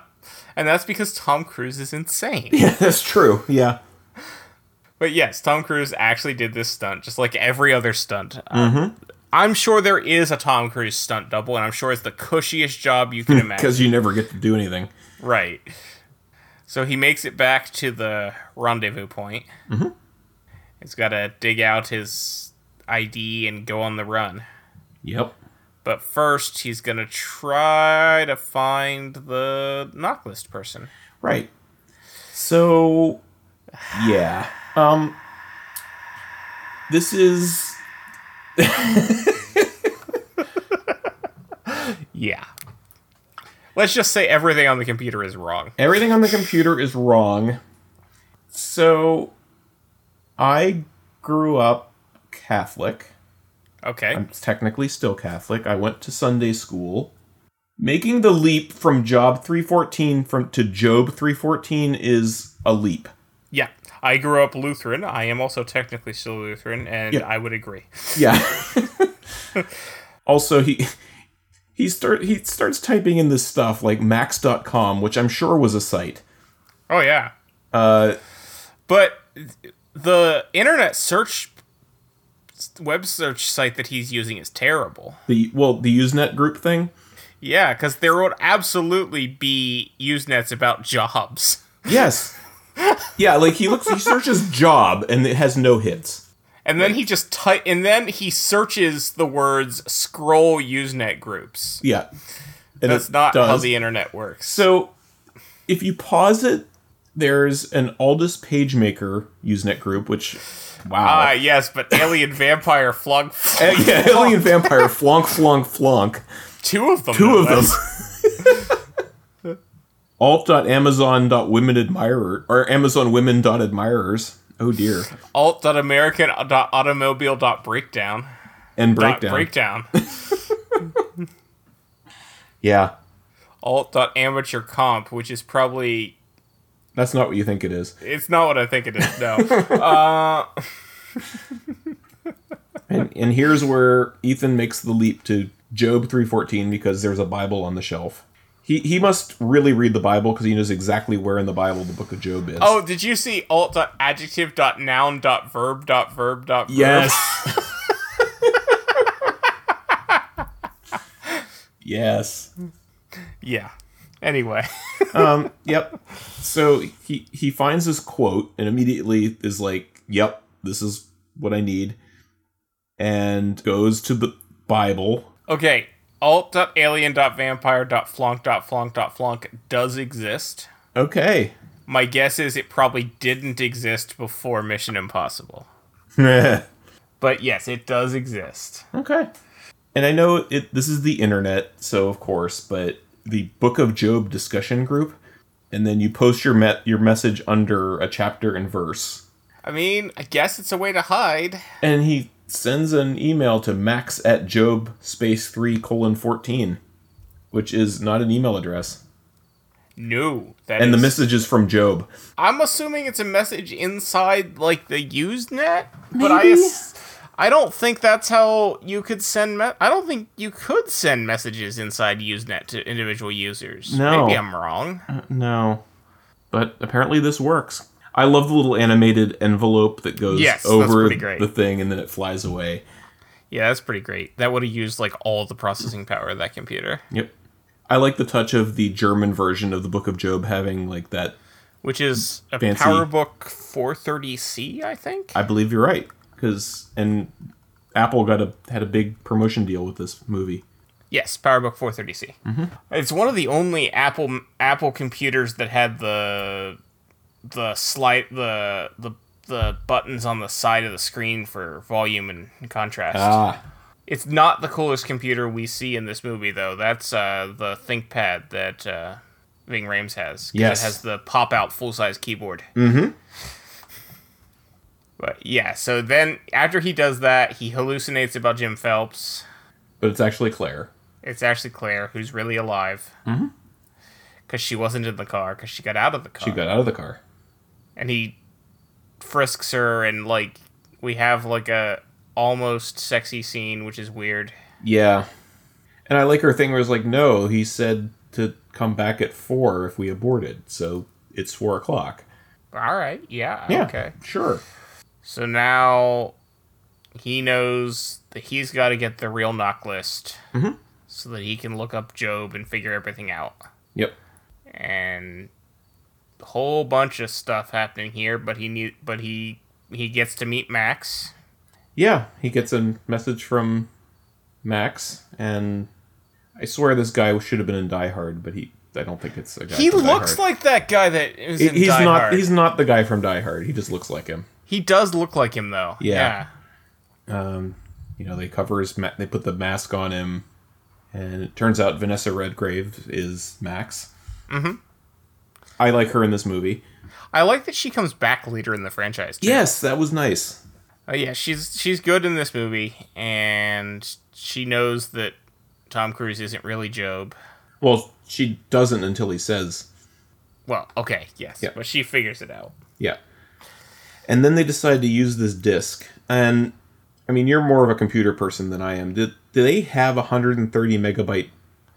B: And that's because Tom Cruise is insane.
A: Yeah, that's true. Yeah.
B: But yes, Tom Cruise actually did this stunt, just like every other stunt. Um, I'm sure there is a Tom Cruise stunt double, and I'm sure it's the cushiest job you can imagine.
A: Because you never get to do anything.
B: Right. So he makes it back to the rendezvous point. Mm-hmm. He's got to dig out his ID and go on the run.
A: Yep.
B: But first, he's going to try to find the knock list person.
A: Right. So, yeah. Um, this is
B: Yeah. Let's just say everything on the computer is wrong.
A: everything on the computer is wrong. So, I grew up Catholic.
B: Okay.
A: I'm technically still Catholic. I went to Sunday school. Making the leap from Job 314 from to Job 314 is a leap.
B: Yeah. I grew up Lutheran. I am also technically still Lutheran, and
A: Yeah.
B: I would agree.
A: Yeah. also, he he start he starts typing in this stuff like max.com, which I'm sure was a site.
B: Oh, yeah.
A: Uh,
B: But th- the internet search web search site that he's using is terrible.
A: the well, the Usenet group thing.
B: Yeah, because there would absolutely be Usenets about jobs.
A: Yes. Yeah, like he looks he searches job and it has no hits.
B: And then he just type, and then he searches the words "scroll Usenet groups."
A: Yeah. And
B: That's
A: it
B: not how
A: does.
B: the internet works.
A: So if you pause it, there's an Aldous PageMaker Usenet group, which
B: Ah,
A: wow.
B: yes, but alien vampire flung
A: yeah, Alien Vampire Flonk Flonk Flonk.
B: two of them.
A: Two
B: no
A: of them.
B: less.
A: Alt.amazon.womenadmirer or amazonwomen.admirers. Oh dear.
B: Alt.american.automobile.breakdown.
A: And
B: Dot
A: breakdown.
B: breakdown.
A: Yeah.
B: Alt.amateur comp, which is probably
A: That's not what you think it is.
B: It's not what I think it is. No.
A: And, and here's where Ethan makes the leap to Job 3:14 because there's a Bible on the shelf. He he must really read the Bible because he knows exactly where in the Bible the book of Job is.
B: oh, did you see alt.adjective.noun.verb.verb.verb?
A: Yes. yes.
B: Yeah. Anyway.
A: Um, yep. So he he finds this quote and immediately is like, "Yep, this is what I need," and goes to the Bible.
B: Okay. alt.alien.vampire.flonk.flonk.flonk does exist.
A: Okay.
B: My guess is it probably didn't exist before Mission Impossible.
A: okay.
B: But yes, it does exist.
A: And I know it. This is the internet, so of course, but the Book of Job discussion group, and then you post your met your message under a chapter and verse.
B: I mean, I guess it's a way to hide.
A: and he sends an email to max at job space 3 colon 14 which is not an email address
B: No. that
A: and the
B: is-
A: message is from job
B: I'm assuming it's a message inside like the Usenet, but I ass- I don't think that's how you could send. Me- I don't think you could send messages inside Usenet to individual users.
A: No.
B: maybe I'm wrong.
A: no but apparently this works i love the little animated envelope that goes
B: Yes, that's
A: over
B: pretty great.
A: the thing and then it flies away
B: Yeah, that's pretty great. That would have used like all the processing power of that computer,
A: yep i like the touch of the german version of the book of job having like that
B: which is a
A: Fancy.
B: PowerBook 430C, I think.
A: i believe you're right because and apple got a had a big promotion deal with this movie
B: Yes, PowerBook 430C. It's one of the only Apple Apple computers that had the the slide the the the buttons on the side of the screen for volume and contrast.
A: Ah.
B: It's not the coolest computer we see in this movie though. That's uh, the ThinkPad that uh, Ving Rhames has. 'cause
A: Yes.
B: it has the pop out full size keyboard. But yeah, so then after he does that, he hallucinates about Jim Phelps.
A: but it's actually claire
B: It's actually Claire, who's really alive. Because Mm-hmm. she wasn't in the car, because she got out of the car.
A: she got out of the car
B: and he frisks her, and like we have like a almost sexy scene, which is weird.
A: Yeah. And I like her thing where it's like, no, he said to come back at four if we aborted, so it's four o'clock.
B: All right, yeah,
A: Yeah.
B: okay.
A: Sure.
B: So now he knows that he's got to get the real knock list so that he can look up Job and figure everything out.
A: Yep.
B: And a whole bunch of stuff happening here, but he need, but he he gets to meet Max.
A: Yeah, he gets a message from Max, and I swear this guy should have been in Die Hard, but he. I don't think it's a guy.
B: He
A: from Die
B: looks
A: Hard.
B: like that guy that is
A: He-
B: in
A: he's
B: Die
A: not.
B: Hard.
A: He's not the guy from Die Hard. He just looks like him.
B: He does look like him though.
A: Yeah.
B: yeah.
A: Um, you know, they cover his. Ma- they put the mask on him, and it turns out Vanessa Redgrave is Max. Mm-hmm. I like her in this movie.
B: I like that she comes back later in the franchise. Too.
A: Yes, that was nice.
B: Uh, yeah, she's she's good in this movie, and she knows that Tom Cruise isn't really Job.
A: Well, she doesn't until he says,
B: Well, okay, yes,
A: Yeah.
B: but she figures it out.
A: "Yeah." And then they decide to use this disc, and I mean, you're more of a computer person than I am. Did do they have 130 megabyte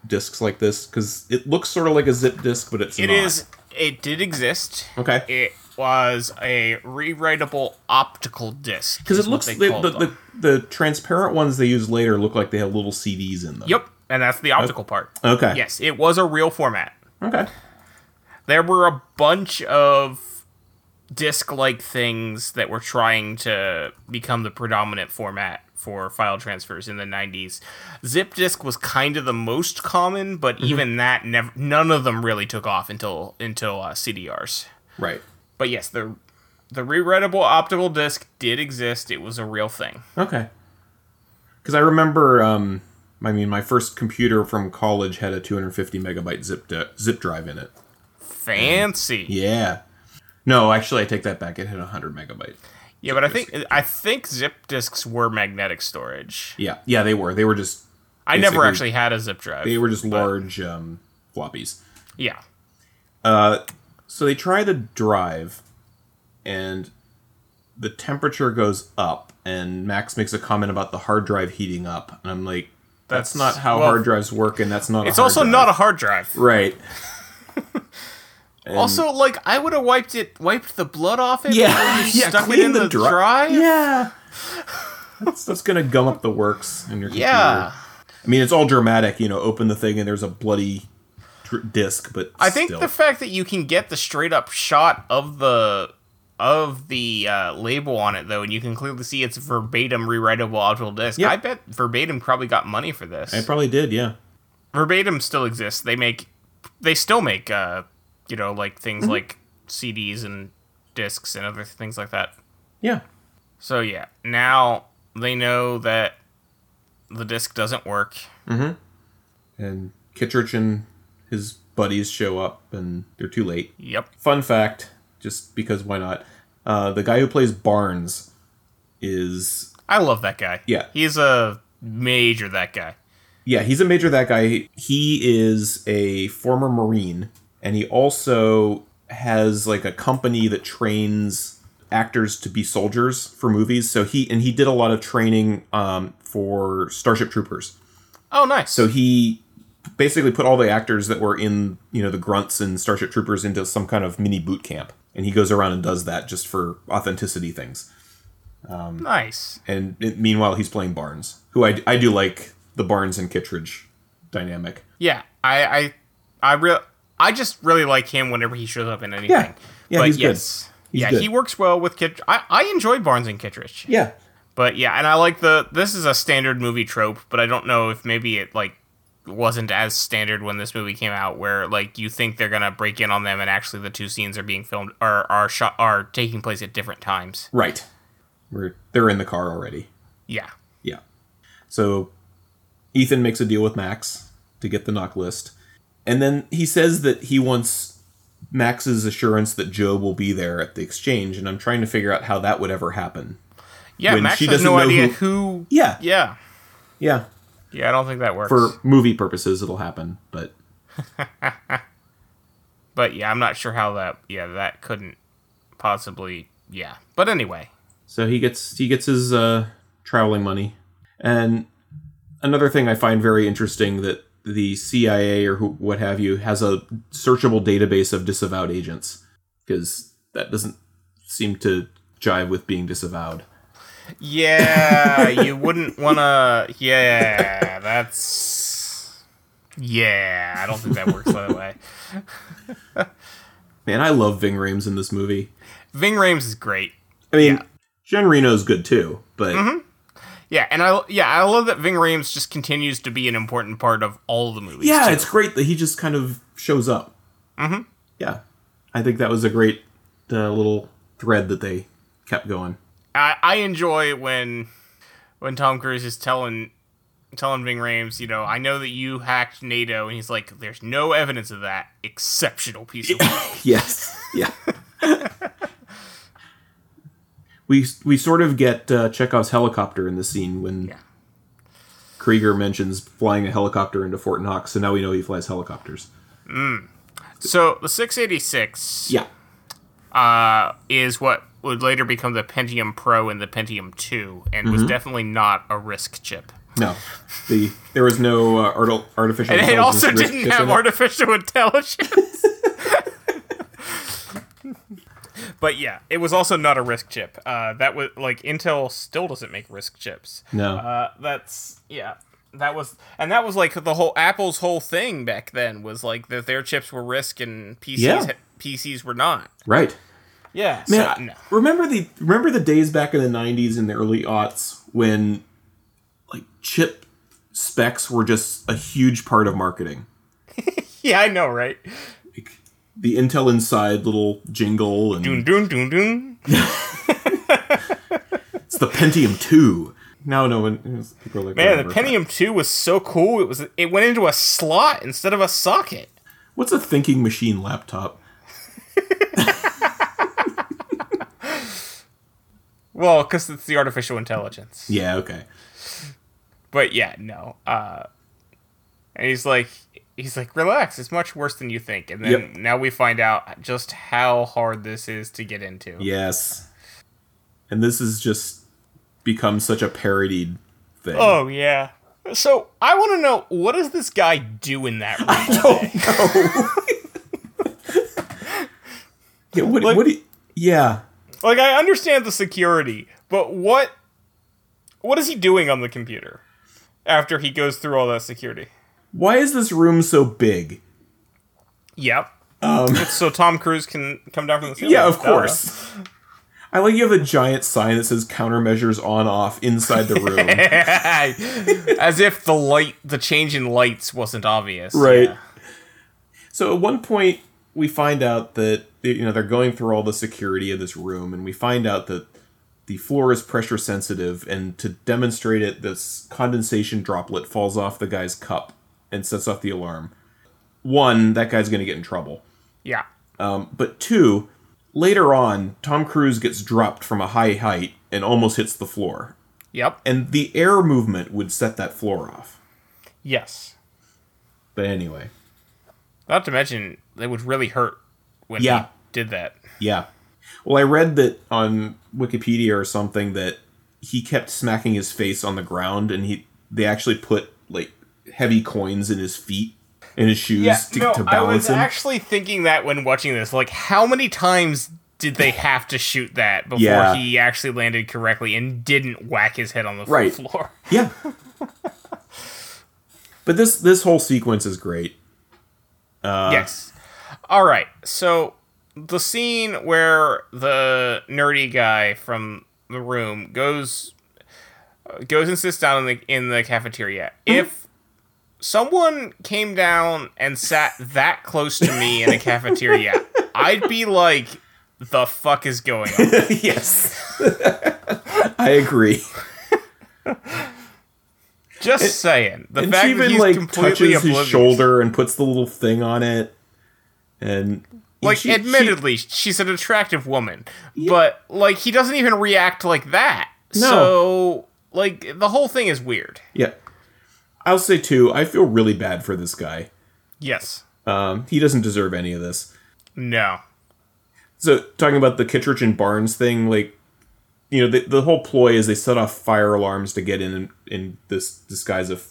A: discs like this? Because it looks sort of like a zip disc, but it's
B: It
A: not.
B: is. It did exist.
A: okay.
B: It was a rewritable optical disc.
A: Because
B: is
A: it
B: what
A: looks
B: they
A: the, the,
B: called
A: the,
B: them.
A: the transparent ones they use later look like they have little CDs in them.
B: Yep, and that's the optical part.
A: Okay.
B: Yes, it was a real format.
A: Okay.
B: There were a bunch of disc-like things that were trying to become the predominant format for file transfers in the 90s. Zip disk was kind of the most common, but even that never none of them really took off until until uh, CDRs.
A: Right.
B: But yes, the the rewritable optical disc did exist. It was a real thing.
A: Okay. Because I remember, um, I mean, my first computer from college had a 250 megabyte zip di- zip drive in it.
B: Fancy. Yeah,
A: Yeah. No, actually, I take that back. It had 100 megabyte.
B: but I think I think zip discs were magnetic storage.
A: Yeah. Yeah, they were. They were just
B: I never
A: Basically-
B: actually had a zip drive.
A: they were just large um, floppies.
B: yeah.
A: So they try the drive, and the temperature goes up. And Max makes a comment about the hard drive heating up, and I'm like, "That's,
B: That's-
A: not how
B: well,
A: hard drives work, and that's not."
B: It's also not a hard drive.
A: right. And-
B: Also, like I would have wiped it, wiped the blood off it.
A: yeah,
B: before you
A: yeah,
B: stuck it
A: clean
B: in the,
A: dri-
B: drive.
A: Yeah, that's that's gonna gum up the works in your computer.
B: Yeah.
A: I mean, it's all dramatic, you know. Open the thing, and there's a bloody dr- disk, but
B: I think
A: still.
B: the fact that you can get the straight up shot of the of the uh, label on it though, and you can clearly see it's verbatim rewritable optical disc.
A: Yeah.
B: I bet verbatim probably got money for this.
A: I probably did. Yeah,
B: verbatim still exists. They make, they still make, uh, you know, like things
A: Mm-hmm.
B: like CDs and discs and other things like that.
A: yeah.
B: So yeah, now they know that the disc doesn't work.
A: and Kittredge and his buddies show up, and they're too late.
B: Yep.
A: Fun fact, just because why not? Uh, the guy who plays Barnes is
B: I love that guy.
A: Yeah.
B: He's a major that guy.
A: yeah, he's a major that guy. He is a former Marine, and he also has like a company that trains actors to be soldiers for movies. So he and he did a lot of training um, for Starship Troopers.
B: Oh, nice.
A: So he basically put all the actors that were in, you know, the grunts and Starship Troopers into some kind of mini boot camp. And he goes around and does that just for authenticity things.
B: nice.
A: And it, meanwhile, he's playing Barnes, who I, I do like the Barnes and Kittredge dynamic.
B: Yeah. I I I real I just really like him whenever he shows up in anything.
A: Yeah. Yeah,
B: but
A: he's good.
B: yes.
A: He's
B: yeah,
A: good.
B: he works well with Kittredge. I, I enjoy Barnes and Kittredge.
A: Yeah.
B: But yeah, and I like the this is a standard movie trope, but I don't know if maybe it like wasn't as standard when this movie came out where like you think they're gonna break in on them and actually the two scenes are being filmed are are shot are taking place at different times.
A: Right. We're, they're in the car already.
B: Yeah.
A: Yeah. So Ethan makes a deal with Max to get the knock list. And then he says that he wants Max's assurance that Job will be there at the exchange, and I'm trying to figure out how that would ever happen.
B: Yeah,
A: When
B: Max
A: she
B: has
A: doesn't
B: no
A: know
B: idea who,
A: who- Yeah.
B: Yeah.
A: Yeah.
B: Yeah, I don't think that works.
A: For movie purposes it'll happen, but
B: but yeah, I'm not sure how that yeah, that couldn't possibly yeah. But anyway,
A: So he gets he gets his uh, traveling money, and another thing I find very interesting that the CIA or who, what have you has a searchable database of disavowed agents because that doesn't seem to jive with being disavowed.
B: yeah, you wouldn't want to. Yeah, that's yeah. I don't think that works that way.
A: Man, I love Ving Rhames in this movie.
B: Ving Rhames is great.
A: I mean,
B: Yeah.
A: Jen Reno's good too, but
B: Yeah, and I yeah I love that Ving Rhames just continues to be an important part of all the movies.
A: yeah,
B: too.
A: it's great that he just kind of shows up. Mm-hmm. Yeah, I think that was a great uh, little thread that they kept going.
B: I, I enjoy when when Tom Cruise is telling telling Ving Rhames, you know, I know that you hacked NATO, and he's like, "There's no evidence of that. Exceptional piece of work."
A: Yes. Yeah. we we sort of get uh, Chekhov's helicopter in the scene when
B: Yeah.
A: Krieger mentions flying a helicopter into Fort Knox, so now we know he flies helicopters.
B: so the 686
A: Yeah.
B: uh, is what would later become the Pentium Pro and the Pentium 2, and was definitely not a RISC chip.
A: No, the there was no uh, arti- artificial.
B: And it
A: intelligence
B: also
A: risk
B: didn't
A: chip
B: have
A: in it.
B: artificial intelligence. but yeah, it was also not a risk chip. Uh, that was like Intel still doesn't make risk chips.
A: No.
B: Uh, that's yeah. That was and that was like the whole Apple's whole thing back then was like that their chips were risk and PCs
A: Yeah.
B: PCs were not.
A: right.
B: Yeah.
A: Man,
B: so,
A: I-
B: no.
A: remember the remember the days back in the '90s and the early aughts when like chip specs were just a huge part of marketing.
B: Yeah, I know, right?
A: like the Intel Inside little jingle, and
B: Doon doon doon doon.
A: it's the Pentium Two. Now no one people are like,
B: Man,
A: whatever.
B: the Pentium 2 was so cool. It was it went into a slot instead of a socket.
A: What's a thinking machine laptop?
B: Well, because it's the artificial intelligence.
A: Yeah, okay.
B: But yeah, no. Uh, and he's like, he's like, relax. It's much worse than you think. And then
A: Yep.
B: now we find out just how hard this is to get into.
A: Yes, and this has just become such a parodied thing.
B: Oh yeah. So I want to know what does this guy do in that room? all day?
A: Oh, yeah, what, what do you- yeah,
B: like I understand the security, but what what is he doing on the computer after he goes through all that security?
A: why is this room so big?
B: Yep. It's so Tom Cruise can come down from the ceiling.
A: Um, Yeah, of
B: Duh.
A: course. I like you have a giant sign that says countermeasures on off inside the room.
B: As if the light, the change in lights wasn't obvious.
A: Right.
B: Yeah.
A: So at one point, we find out that you know they're going through all the security of this room, and we find out that the floor is pressure sensitive, and to demonstrate it, this condensation droplet falls off the guy's cup and sets off the alarm. One, that guy's going to get in trouble.
B: Yeah.
A: Um, but two, later on, Tom Cruise gets dropped from a high height and almost hits the floor,
B: Yep.
A: and the air movement would set that floor off.
B: yes.
A: But anyway,
B: Not to mention, it would really hurt when
A: Yeah.
B: he did that.
A: Yeah. Well, I read that on Wikipedia or something that he kept smacking his face on the ground, and he they actually put like heavy coins in his feet in his shoes to, to
B: I
A: balance
B: was
A: him.
B: actually thinking that when watching this. Like, how many times did they have to shoot that before
A: Yeah.
B: he actually landed correctly and didn't whack his head on the f-
A: Right.
B: floor?
A: yeah. but this this whole sequence is great. Uh,
B: yes. All right. So the scene where the nerdy guy from the room goes uh, goes and sits down in the in the cafeteria.
A: Mm-hmm.
B: If someone came down and sat that close to me in a cafeteria, I'd be like, "The fuck is going on?"
A: yes. I agree.
B: Just saying. The
A: And
B: fact
A: she even
B: that he's
A: like touches
B: completely oblivious.
A: his shoulder and puts the little thing on it, and
B: Like,
A: she- she-
B: admittedly, she's an attractive woman, but like he doesn't even react like that.
A: No.
B: So, like the whole thing is weird.
A: yeah. I'll say too. I feel really bad for this guy.
B: Yes.
A: Um, he doesn't deserve any of this.
B: No.
A: So talking about the Kittredge and Barnes thing, like you know, the, the whole ploy is they set off fire alarms to get in, in in this disguise of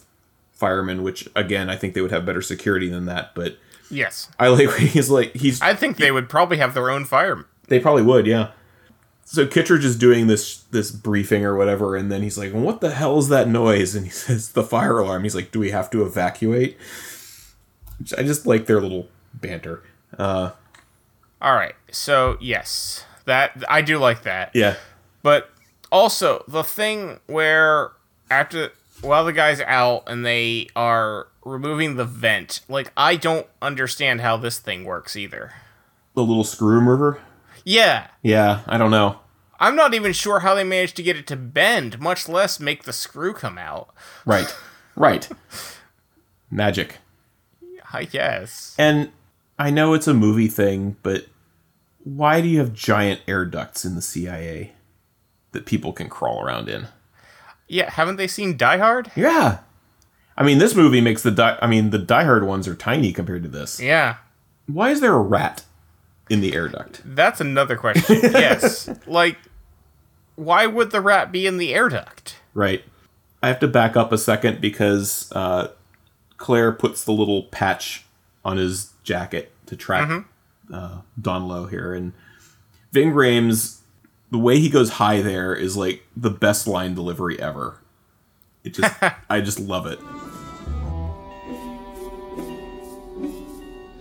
A: firemen, which again I think they would have better security than that. But
B: Yes.
A: I like he's like he's
B: I think they would probably have their own fire.
A: they probably would, yeah. So Kittredge is doing this this briefing or whatever, and then he's like, "What the hell is that noise?" And he says, "The fire alarm." He's like, "Do we have to evacuate?" Which I just like their little banter. Uh,
B: All right. So yes, that I do like that.
A: yeah,
B: But also the thing where after while the guy's out and they are removing the vent, like I don't understand how this thing works either.
A: the little screw remover.
B: Yeah.
A: Yeah, I don't know.
B: I'm not even sure how they managed to get it to bend, much less make the screw come out.
A: Right, right. Magic.
B: I guess.
A: And I know it's a movie thing, but why do you have giant air ducts in the CIA that people can crawl around in?
B: Yeah, haven't they seen Die Hard?
A: Yeah. I mean, this movie makes the di- I mean, the Die Hard ones are tiny compared to this.
B: Yeah.
A: Why is there a rat in the air duct?
B: That's another question. yes. Like why would the rat be in the air duct?
A: Right. I have to back up a second because uh, Claire puts the little patch on his jacket to track uh, Don Lowe here, and Ving Rhames, the way he goes high there is like the best line delivery ever. It just, I just love it.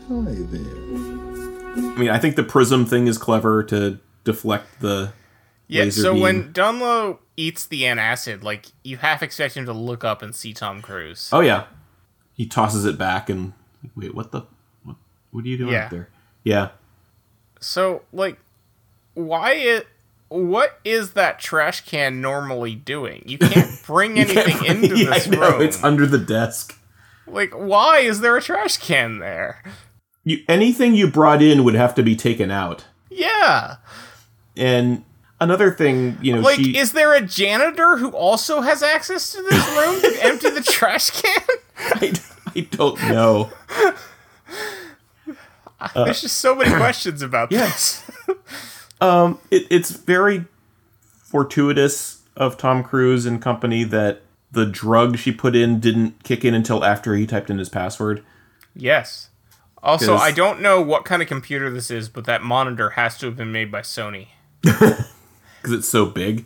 E: Hi there.
A: I mean, I think the prism thing is clever to deflect the
B: Yeah,
A: laser
B: so
A: beam.
B: when Dunlow eats the antacid, like you half expect him to look up and see Tom Cruise.
A: Oh yeah. He tosses it back and wait, what the what, what are you doing
B: Yeah.
A: up there? Yeah.
B: So like why it what is that trash can normally doing? You can't bring anything into
A: Yeah, I
B: this
A: know,
B: room.
A: It's under the desk.
B: like why is there a trash can there?
A: You anything you brought in would have to be taken out.
B: Yeah.
A: And another thing, you know,
B: Like
A: she
B: is there a janitor who also has access to this room to empty the trash can?
A: I, I don't know. Uh,
B: There's just so many questions about
A: Yes.
B: this.
A: Um it, it's very fortuitous of Tom Cruise and company that the drug she put in didn't kick in until after he typed in his password.
B: Yes. Also,
A: 'Cause-
B: I don't know what kind of computer this is, but that monitor has to have been made by Sony.
A: Because it's so big.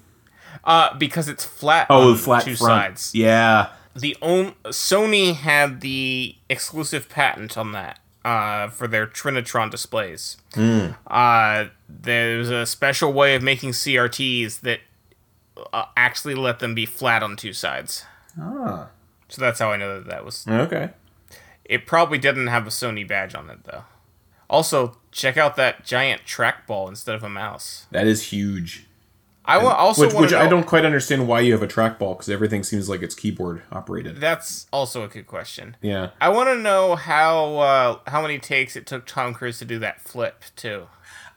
B: Uh, because it's flat.
A: Oh,
B: on
A: the flat
B: two
A: front.
B: sides.
A: Yeah.
B: The on- Sony had the exclusive patent on that uh, for their Trinitron displays.
A: Hmm.
B: Uh, there's a special way of making CRTs that uh, actually let them be flat on two sides.
A: Ah.
B: So that's how I know that that was
A: Okay.
B: It probably didn't have a Sony badge on it though. Also, check out that giant trackball instead of a mouse.
A: That is huge.
B: I wa- also
A: which,
B: want
A: which I don't quite understand why you have a trackball because everything seems like it's keyboard operated.
B: That's also a good question.
A: Yeah,
B: I want to know how uh, how many takes it took Tom Cruise to do that flip too.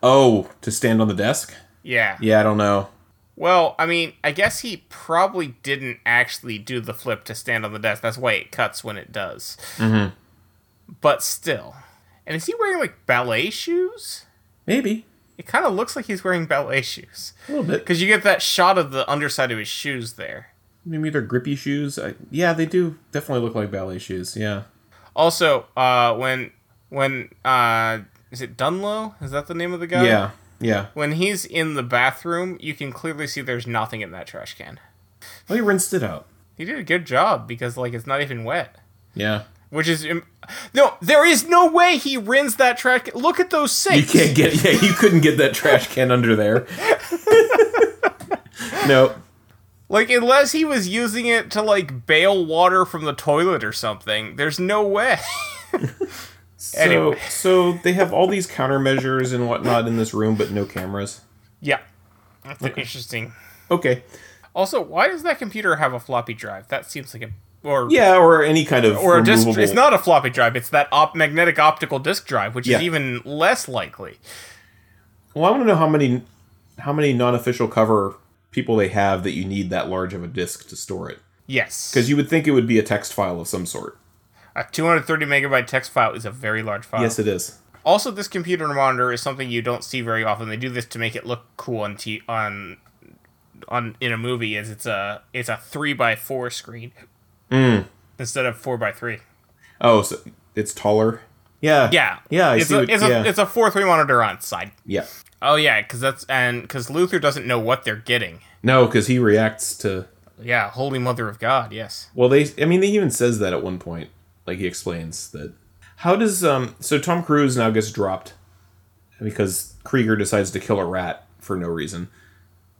A: Oh, to stand on the desk?
B: Yeah.
A: Yeah, I don't know.
B: Well, I mean, I guess he probably didn't actually do the flip to stand on the desk. That's why it cuts when it does. But still. And is he wearing like ballet shoes?
A: Maybe
B: It kind of looks like he's wearing ballet shoes.
A: a little bit.
B: Because you get that shot of the underside of his shoes there.
A: Maybe they're grippy shoes. I, yeah, they do definitely look like ballet shoes. Yeah,
B: Also, uh, when when uh, is it Dunlow? Is that the name of the guy?
A: yeah, yeah.
B: When he's in the bathroom, you can clearly see there's nothing in that trash can.
A: Well, he rinsed it out.
B: He did a good job because like it's not even wet,
A: Yeah,
B: which is Im- no. There is no way he rinsed that trash. Can. Look at those
A: you
B: sinks.
A: can't get. Yeah, you couldn't get that trash can under there. no,
B: Like unless he was using it to like bail water from the toilet or something. There's no way. Anyway.
A: So, so they have all these countermeasures and whatnot in this room, but no cameras.
B: yeah, that's interesting.
A: Okay.
B: Also, why does that computer have a floppy drive? That seems like a or
A: Yeah, or any kind of
B: or a disk.
A: removable-
B: It's not a floppy drive. It's that op- magnetic optical disk drive, which
A: Yeah.
B: is even less likely.
A: Well, I want to know how many how many non-official cover people they have that you need that large of a disk to store it.
B: Yes,
A: Because you would think it would be a text file of some sort.
B: a 230 megabyte text file is a very large file.
A: Yes, it is.
B: Also, this computer monitor is something you don't see very often. They do this to make it look cool on t- on on in a movie. Is it's a it's a three by four screen
A: Hmm.
B: instead of four by three.
A: Oh, so it's taller. Yeah.
B: Yeah,
A: Yeah. I
B: it's
A: see
B: a,
A: what-
B: it's
A: yeah.
B: a it's a four three monitor on its side.
A: yeah.
B: Oh yeah, because that's and because Luther doesn't know what they're getting.
A: No, because he reacts to.
B: Yeah, Holy Mother of God, yes.
A: Well, they. I mean, they even says that at one point. Like he explains that. How does um? So Tom Cruise now gets dropped because Krieger decides to kill a rat for no reason.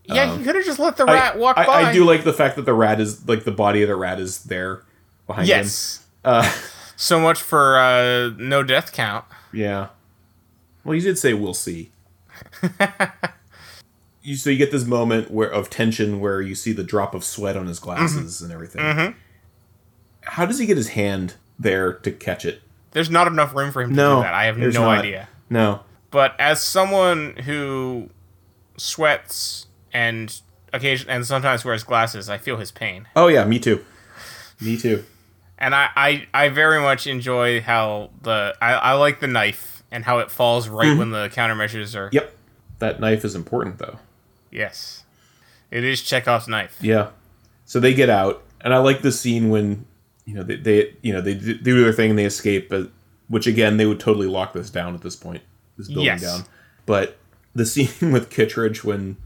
B: Yeah, he could have just let the rat
A: Um, I,
B: walk
A: I,
B: by.
A: I do like the fact that the rat is like the body of the rat is there behind
B: Yes.
A: Uh,
B: so much for uh, no death count.
A: him. Yeah. Well, you did say we'll see. you so you get this moment where of tension where you see the drop of sweat on his
B: Mm-hmm.
A: glasses and everything. How does he get his hand there to catch it?
B: There's not enough room for him to
A: No,
B: do that. I have no
A: there's not.
B: idea.
A: No.
B: But as someone who sweats and occasion and sometimes wears glasses, I feel his pain.
A: Oh yeah, me too. Me too.
B: And I, I, I very much enjoy how the I, I like the knife and how it falls right when the countermeasures are
A: Mm-hmm. Yep. That knife is important though.
B: yes. It is Chekhov's knife.
A: Yeah. So they get out, and I like the scene when you know they, they you know they d- do their thing and they escape, but which again they would totally lock this down at this point, this building
B: Yes.
A: down. But the scene with Kittredge when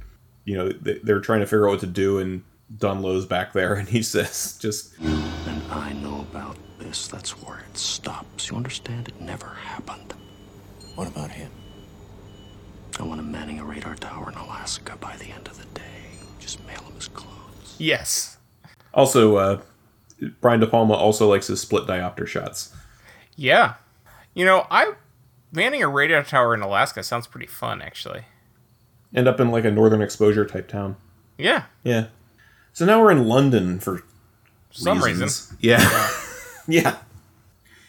A: you know they, they're trying to figure out what to do, and Dunlow's back there, and he says, "Just
D: And I know about this. That's where it stops. You understand? It never happened.
E: What about him?
D: I want him manning a radar tower in Alaska by the end of the day. Just mail him his clothes.
B: Yes.
A: also." uh Brian De Palma also likes his split diopter shots.
B: Yeah. You know, I manning a radio tower in Alaska sounds pretty fun actually.
A: End up in like a northern exposure type town.
B: Yeah.
A: Yeah. So now we're in London for
B: For some reason.
A: reasons. Yeah. yeah.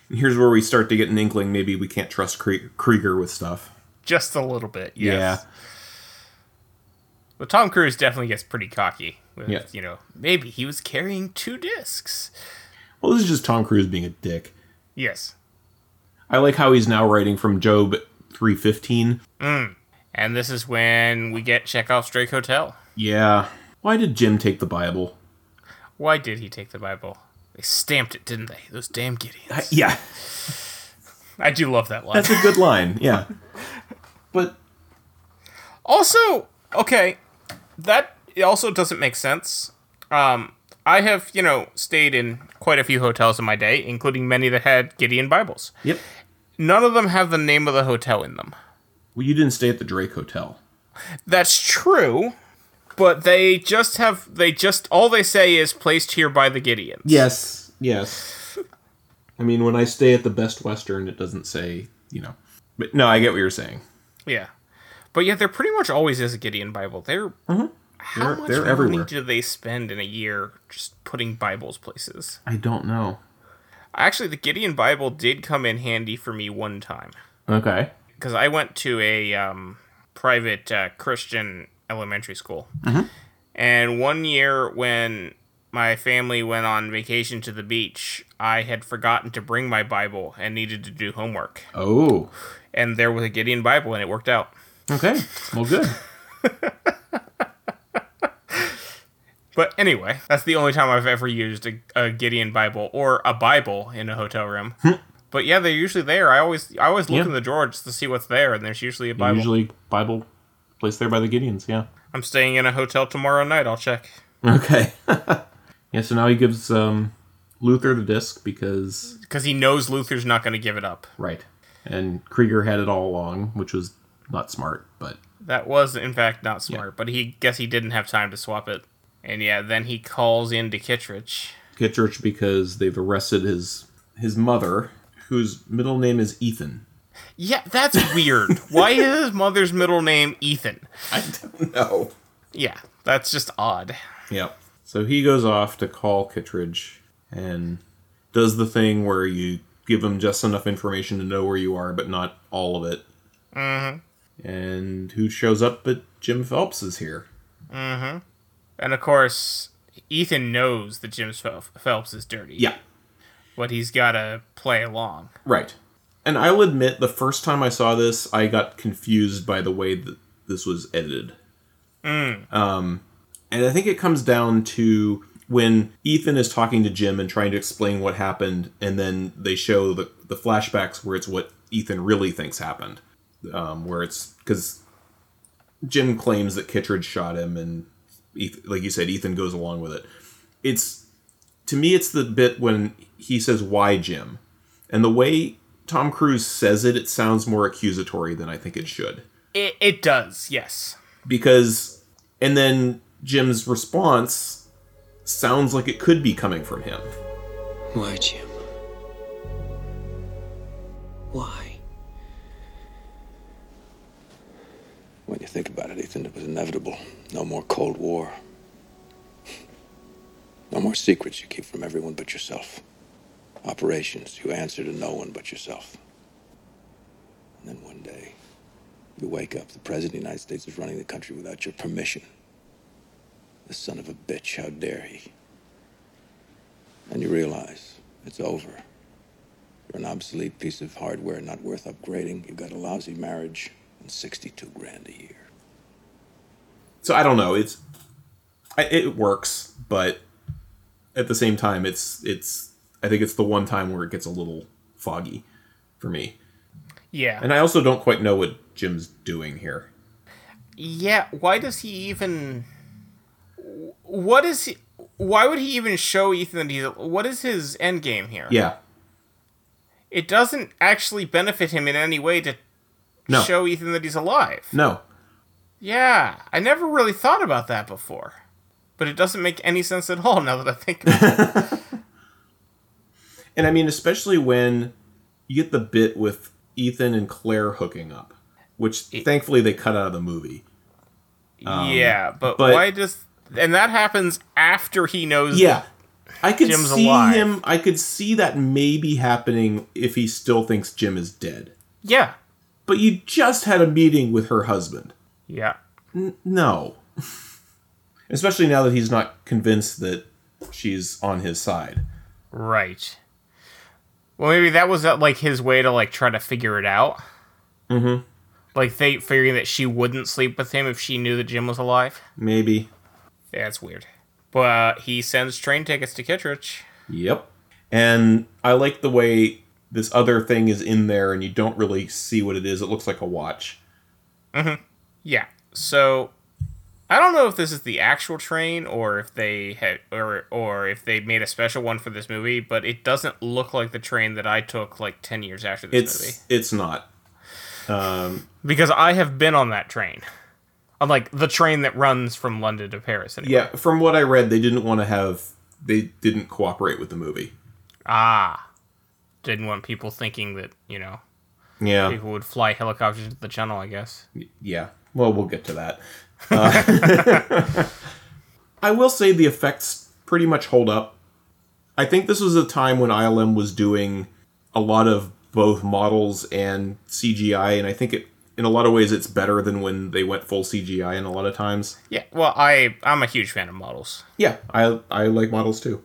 A: And here's where we start to get an inkling maybe we can't trust Krie- Krieger with stuff.
B: Just a little bit. Yes. Yeah. But Tom Cruise definitely gets pretty cocky with,
A: Yeah.
B: you know, maybe he was carrying two discs.
A: Well, this is just Tom Cruise being a dick.
B: Yes.
A: I like how he's now writing from Job 315.
B: And this is when we get Chekhov's Drake Hotel.
A: Yeah. Why did Jim take the Bible?
B: Why did he take the Bible? They stamped it, didn't they? Those damn Gideons.
A: Yeah.
B: I do love that line.
A: That's a good line. Yeah. But
B: Also, okay, that also doesn't make sense. Um, I have, you know, stayed in quite a few hotels in my day, including many that had Gideon Bibles.
A: yep.
B: None of them have the name of the hotel in them.
A: Well, you didn't stay at the Drake Hotel.
B: That's true, but they just have they just all they say is placed here by the Gideons.
A: Yes. Yes. I mean, when I stay at the Best Western, it doesn't say, you know. But no, I get what you're saying.
B: Yeah. But yet there pretty much always is a Gideon Bible. They're how
A: Mm-hmm. They're-
B: much
A: they're
B: money
A: everywhere.
B: do they spend in a year just putting Bibles places?
A: I don't know.
B: Actually, the Gideon Bible did come in handy for me one time
A: Okay.
B: because I went to a um, private uh, Christian elementary school,
A: Uh-huh.
B: and one year when my family went on vacation to the beach, I had forgotten to bring my Bible and needed to do homework,
A: Oh.
B: and there was a Gideon Bible, and it worked out.
A: Okay. Well, good.
B: But anyway, that's the only time I've ever used a, a Gideon Bible or a Bible in a hotel room. but yeah, they're usually there. I always I always look
A: Hmm. Yeah.
B: in the drawer just to see what's there, and there's usually a Bible.
A: Usually Bible placed there by the Gideons. Yeah.
B: I'm staying in a hotel tomorrow night. I'll check.
A: Okay. yeah. So now he gives um, Luther the disc because
B: Because he knows Luther's not going to give it up.
A: right, and Krieger had it all along, which was not smart, but
B: That was, in fact, not smart. But he guess he didn't have time to swap it. And yeah, then he calls in to Kittredge.
A: Kittredge because they've arrested his his mother, whose middle name is Ethan.
B: Yeah, that's weird. Why is his mother's middle name Ethan?
A: I don't know.
B: Yeah, that's just odd.
A: Yeah. So he goes off to call Kittredge and does the thing where you give him just enough information to know where you are, but not all of it. Mm-hmm. And who shows up but Jim Phelps is here.
B: And of course, Ethan knows that Jim Phelps Phelps is dirty.
A: Yeah.
B: But he's got to play along.
A: Right. and I'll admit, the first time I saw this, I got confused by the way that this was edited. Um, and I think it comes down to when Ethan is talking to Jim and trying to explain what happened, and then they show the, the flashbacks where it's what Ethan really thinks happened. Um, where it's because Jim claims that Kittredge shot him, and Ethan, like you said, Ethan goes along with it. It's to me, it's the bit when he says, "Why, Jim?" and the way Tom Cruise says it, it sounds more accusatory than I think it should.
B: It, it does, yes.
A: Because, and then Jim's response sounds like it could be coming from him.
D: Why, Jim? Why? When you think about it, Ethan, it was inevitable. No more Cold War. No more secrets you keep from everyone but yourself. Operations you answer to no one but yourself. And then one day, you wake up. The President of the United States is running the country without your permission. The son of a bitch, how dare he? And you realize it's over. You're an obsolete piece of hardware not worth upgrading. You've got a lousy marriage and 62 grand a year.
A: So I don't know. It's I- it works, but at the same time, it's it's I think it's the one time where it gets a little foggy for me.
B: Yeah.
A: And I also don't quite know what Jim's doing here.
B: Yeah, why does he even what is he why would he even show Ethan that he's what is his end game here?
A: Yeah.
B: It doesn't actually benefit him in any way to
A: No.
B: show Ethan that he's alive.
A: No.
B: Yeah, I never really thought about that before. But it doesn't make any sense at all now that I think about it.
A: And I mean, especially when you get the bit with Ethan and Claire hooking up, which thankfully they cut out of the movie.
B: yeah, but,
A: Um, but-
B: why does and that happens after he knows
A: Yeah. I could
B: Jim's
A: see
B: alive.
A: him I could see that maybe happening if he still thinks Jim is dead.
B: Yeah.
A: But you just had a meeting with her husband.
B: Yeah.
A: No. Especially now that he's not convinced that she's on his side.
B: Right. Well, maybe that was uh, like his way to like try to figure it out. Mm-hmm. Like they figuring that she wouldn't sleep with him if she knew that Jim was alive.
A: Maybe.
B: Yeah, that's weird. But he sends train tickets to Kittredge.
A: Yep. And I like the way this other thing is in there and you don't really see what it is. It looks like a watch.
B: Yeah. So I don't know if this is the actual train or if they had or or if they made a special one for this movie, but it doesn't look like the train that I took like 10 years after this
A: It's
B: movie.
A: it's not. Um
B: Because I have been on that train. On like the train that runs from London to Paris anyway.
A: yeah, from what I read they didn't want to have they didn't cooperate with the movie.
B: Ah. Didn't want people thinking that, you know,
A: Yeah.
B: people would fly helicopters to the channel, I guess.
A: Yeah. Well, we'll get to that. Uh, I will say the effects pretty much hold up. I think this was a time when ILM was doing a lot of both models and CGI, and I think it in a lot of ways it's better than when they went full CGI in a lot of times.
B: Yeah, well, I I'm a huge fan of models.
A: Yeah, I I like models too.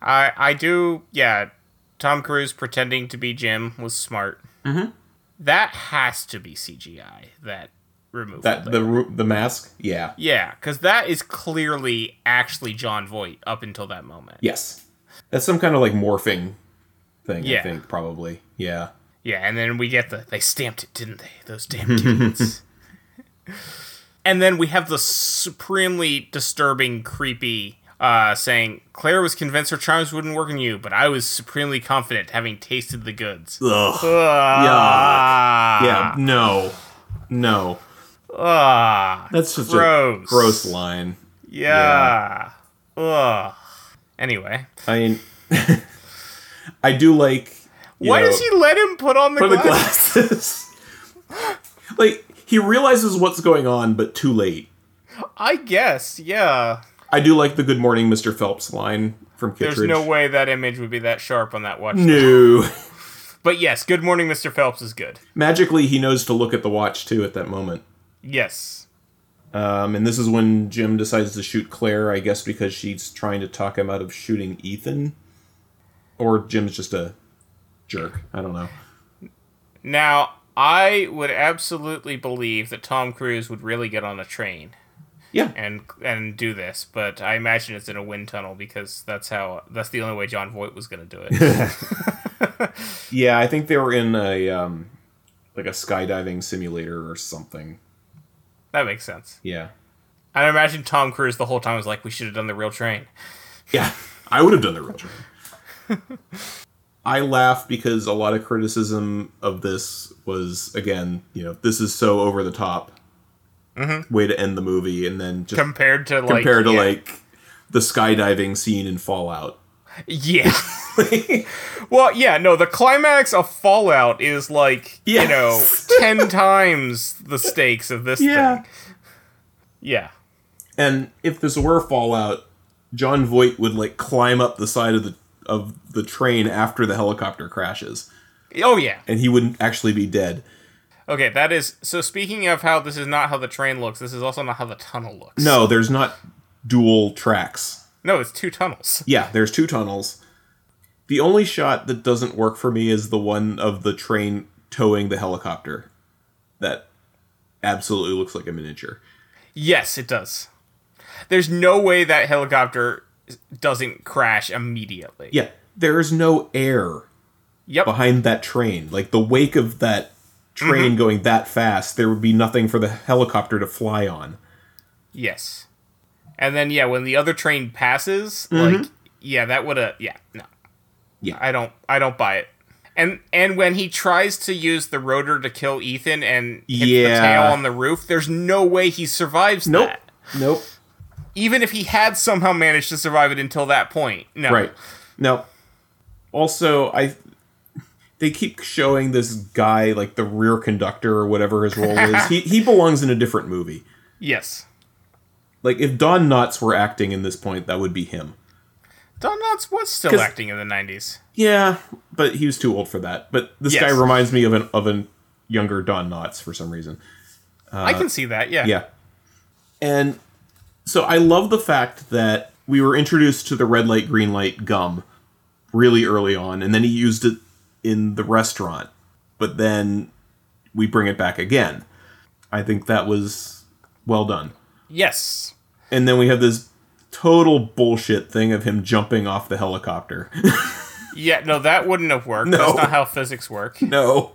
B: I I do, yeah. Tom Cruise pretending to be Jim was smart. Mm-hmm. That has to be CGI. That removal.
A: That the ru- the mask, yeah,
B: yeah, because that is clearly actually John Voight up until that moment.
A: yes, that's some kind of like morphing thing. I
B: Yeah.
A: think probably, yeah.
B: Yeah, and then we get the they stamped it, didn't they? Those damn idiots. and then we have the supremely disturbing, creepy uh, saying, "Claire was convinced her charms wouldn't work on you, but I was supremely confident, having tasted the goods."
A: Ugh.
B: Ah,
A: Yeah, Um, no, no.
B: ah,
A: That's such
B: Gross.
A: a gross line.
B: yeah. Ugh. Anyway,
A: I mean, I do like. you
B: why
A: know,
B: does he let him put on the
A: put the
B: glasses?
A: glasses? like he realizes what's going on, but too late.
B: I guess, yeah.
A: I do like the "Good morning, Mr. Phelps" line from Kittredge.
B: There's no way that image would be that sharp on that watch.
A: No.
B: But yes, Good Morning, Mr. Phelps is good.
A: Magically, he knows to look at the watch too at that moment.
B: Yes.
A: Um, and this is when Jim decides to shoot Claire, I guess, because she's trying to talk him out of shooting Ethan, or Jim's just a jerk. I don't know.
B: Now, I would absolutely believe that Tom Cruise would really get on a train
A: Yeah.
B: and and do this, but I imagine it's in a wind tunnel because that's how that's the only way John Voight was going to do it.
A: Yeah, I think they were in a um like a skydiving simulator or something.
B: that makes sense.
A: Yeah.
B: I imagine Tom Cruise the whole time was like, "We should have done the real train."
A: Yeah. I would have done the real train. I laugh because a lot of criticism of this was again, you know, this is so over the top. Way to end the movie and then just
B: Compared to like
A: compared to
B: yeah.
A: like the skydiving scene in Fallout.
B: Yeah. well, yeah, no, the climax of Fallout is like, you know,
A: Yes.
B: 10 times the stakes of this thing. Yeah.
A: And if this were Fallout, John Voight would like climb up the side of the of the train after the helicopter crashes,
B: Oh, yeah.
A: and he wouldn't actually be dead.
B: Okay, that is. So, speaking of how this is not how the train looks, this is also not how the tunnel looks.
A: No, there's not dual tracks.
B: No, it's two tunnels.
A: Yeah, there's two tunnels. The only shot that doesn't work for me is the one of the train towing the helicopter. That absolutely looks like a miniature.
B: Yes, it does. There's no way that helicopter doesn't crash immediately.
A: Yeah, there is no air
B: Yep.
A: behind that train. Like the wake of that train going that fast, there would be nothing for the helicopter to fly on.
B: Yes. And then yeah, when the other train passes, like yeah, that would have yeah, no.
A: Mm-hmm. Yeah.
B: I don't I don't buy it. And and when he tries to use the rotor to kill Ethan and hits the
A: Yeah.
B: tail on the roof, there's no way he survives
A: Nope.
B: that.
A: Nope.
B: Even if he had somehow managed to survive it until that point. No.
A: Right. No. Also, I they keep showing this guy like the rear conductor or whatever his role is. He he belongs in a different movie.
B: Yes.
A: Like if Don Knotts were acting in this point, that would be him.
B: Don Knotts was still
A: 'Cause-
B: acting in the 90s.
A: Yeah, but he was too old for that. But this
B: Yes.
A: guy reminds me of an of an younger Don Knotts for some reason.
B: I can see that. Yeah.
A: Uh, Yeah. And so I love the fact that we were introduced to the red light, green light gum really early on, and then he used it in the restaurant, but then we bring it back again. I think that was well done.
B: Yes.
A: And then we have this total bullshit thing of him jumping off the helicopter.
B: Yeah, no, that wouldn't have worked.
A: No.
B: That's not how physics work.
A: no.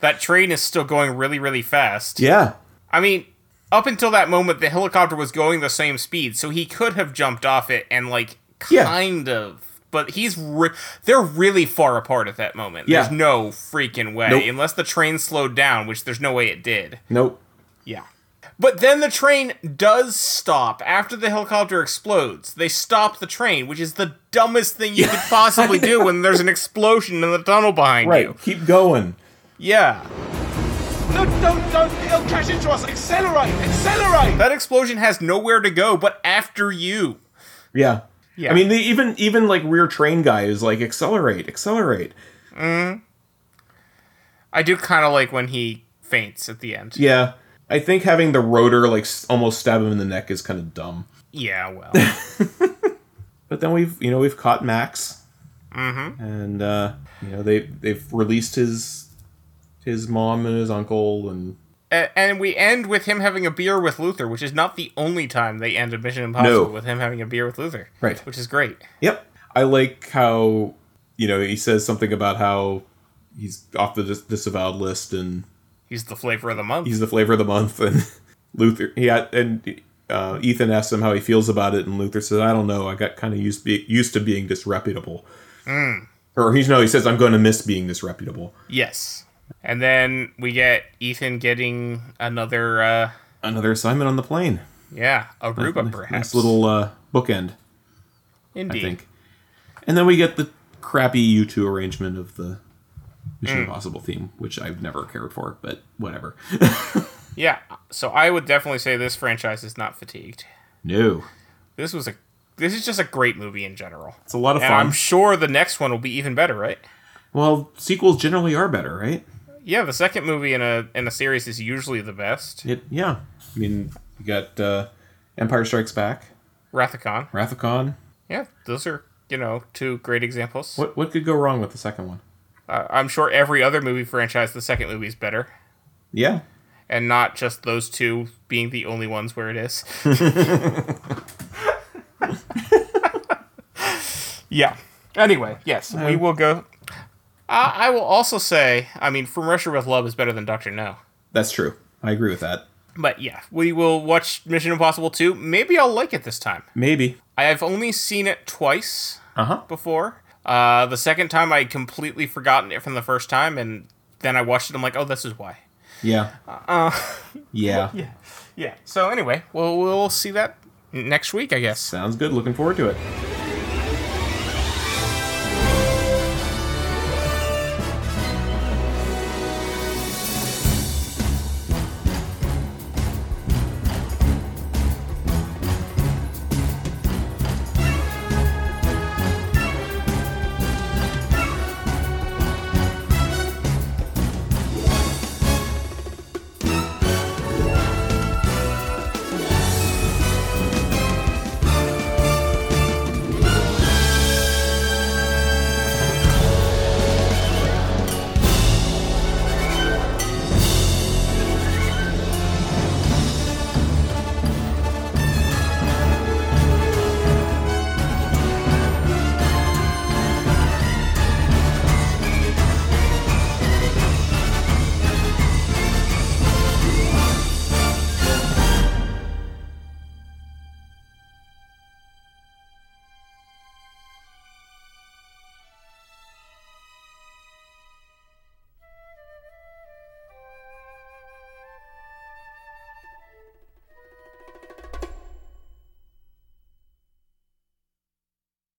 B: That train is still going really, really fast.
A: Yeah.
B: I mean, up until that moment, the helicopter was going the same speed, so he could have jumped off it and like
A: Yeah.
B: kind of. But he's re- they're really far apart at that moment.
A: Yeah.
B: There's no freaking way
A: Nope.
B: unless the train slowed down, which there's no way it did.
A: Nope.
B: Yeah. But then the train does stop after the helicopter explodes. They stop the train, which is the dumbest thing you could possibly do when there's an explosion in the tunnel behind you.
A: Keep going.
B: Yeah.
E: No, don't, don't! It'll crash into us! Accelerate! Accelerate!
B: That explosion has nowhere to go but after you.
A: Yeah.
B: Yeah.
A: I mean, the, even even like rear train guy is like accelerate, accelerate.
B: I do kind of like when he faints at the end. Yeah,
A: Yeah, I think having the rotor like s- almost stab him in the neck is kind of dumb.
B: well.
A: But then we've you know we've caught Max, mm-hmm. and uh, you know they they've released his his mom and his uncle and
B: A- and we end with him having a beer with Luther, which is not the only time they end a Mission Impossible
A: No.
B: with him having a beer with Luther.
A: Right.
B: Which is great.
A: yep. I like how you know he says something about how he's off the dis- disavowed list and
B: He's the flavor of the month.
A: he's the flavor of the month and Luther yeah and uh, Ethan asks him how he feels about it and Luther says I don't know I got kind of used be- used to being disreputable
B: Mm.
A: or he's no he says I'm going to miss being disreputable
B: yes. And then we get Ethan getting another, uh,
A: another assignment on the plane
B: yeah, Aruba,
A: Nice-
B: perhaps.
A: nice little uh, bookend
B: Indeed.
A: I think and then we get the crappy U2 arrangement of the
B: Mm.
A: Mission Impossible theme which I've never cared for but whatever
B: Yeah. So I would definitely say this franchise is not fatigued.
A: no
B: This was a. This is just a great movie in general.
A: it's a lot of
B: And
A: fun
B: I'm sure the next one will be even better, right?
A: well sequels generally are better right
B: Yeah, the second movie in a in a series is usually the best.
A: It yeah. I mean, you got uh, Empire Strikes Back,
B: Rathacon.
A: Wrath of Khan.
B: Yeah, those are you know two great examples.
A: What what could go wrong with the second one?
B: Uh, I'm sure every other movie franchise, the second movie is better,
A: Yeah.
B: and not just those two being the only ones where it is. yeah. Anyway, yes, we will go. Uh, I will also say, I mean, From Russia with Love is better than Doctor No.
A: That's true. I agree with that.
B: But yeah, we will watch Mission Impossible 2. Maybe I'll like it this time.
A: Maybe.
B: I have only seen it twice
A: Uh huh.
B: before. Uh, the second time, I had completely forgotten it from the first time, and then I watched it. I'm like, oh, this is why.
A: Yeah. Uh, yeah.
B: Yeah, yeah. So anyway, well, we'll see that next week, I guess.
A: Sounds good. Looking forward to it.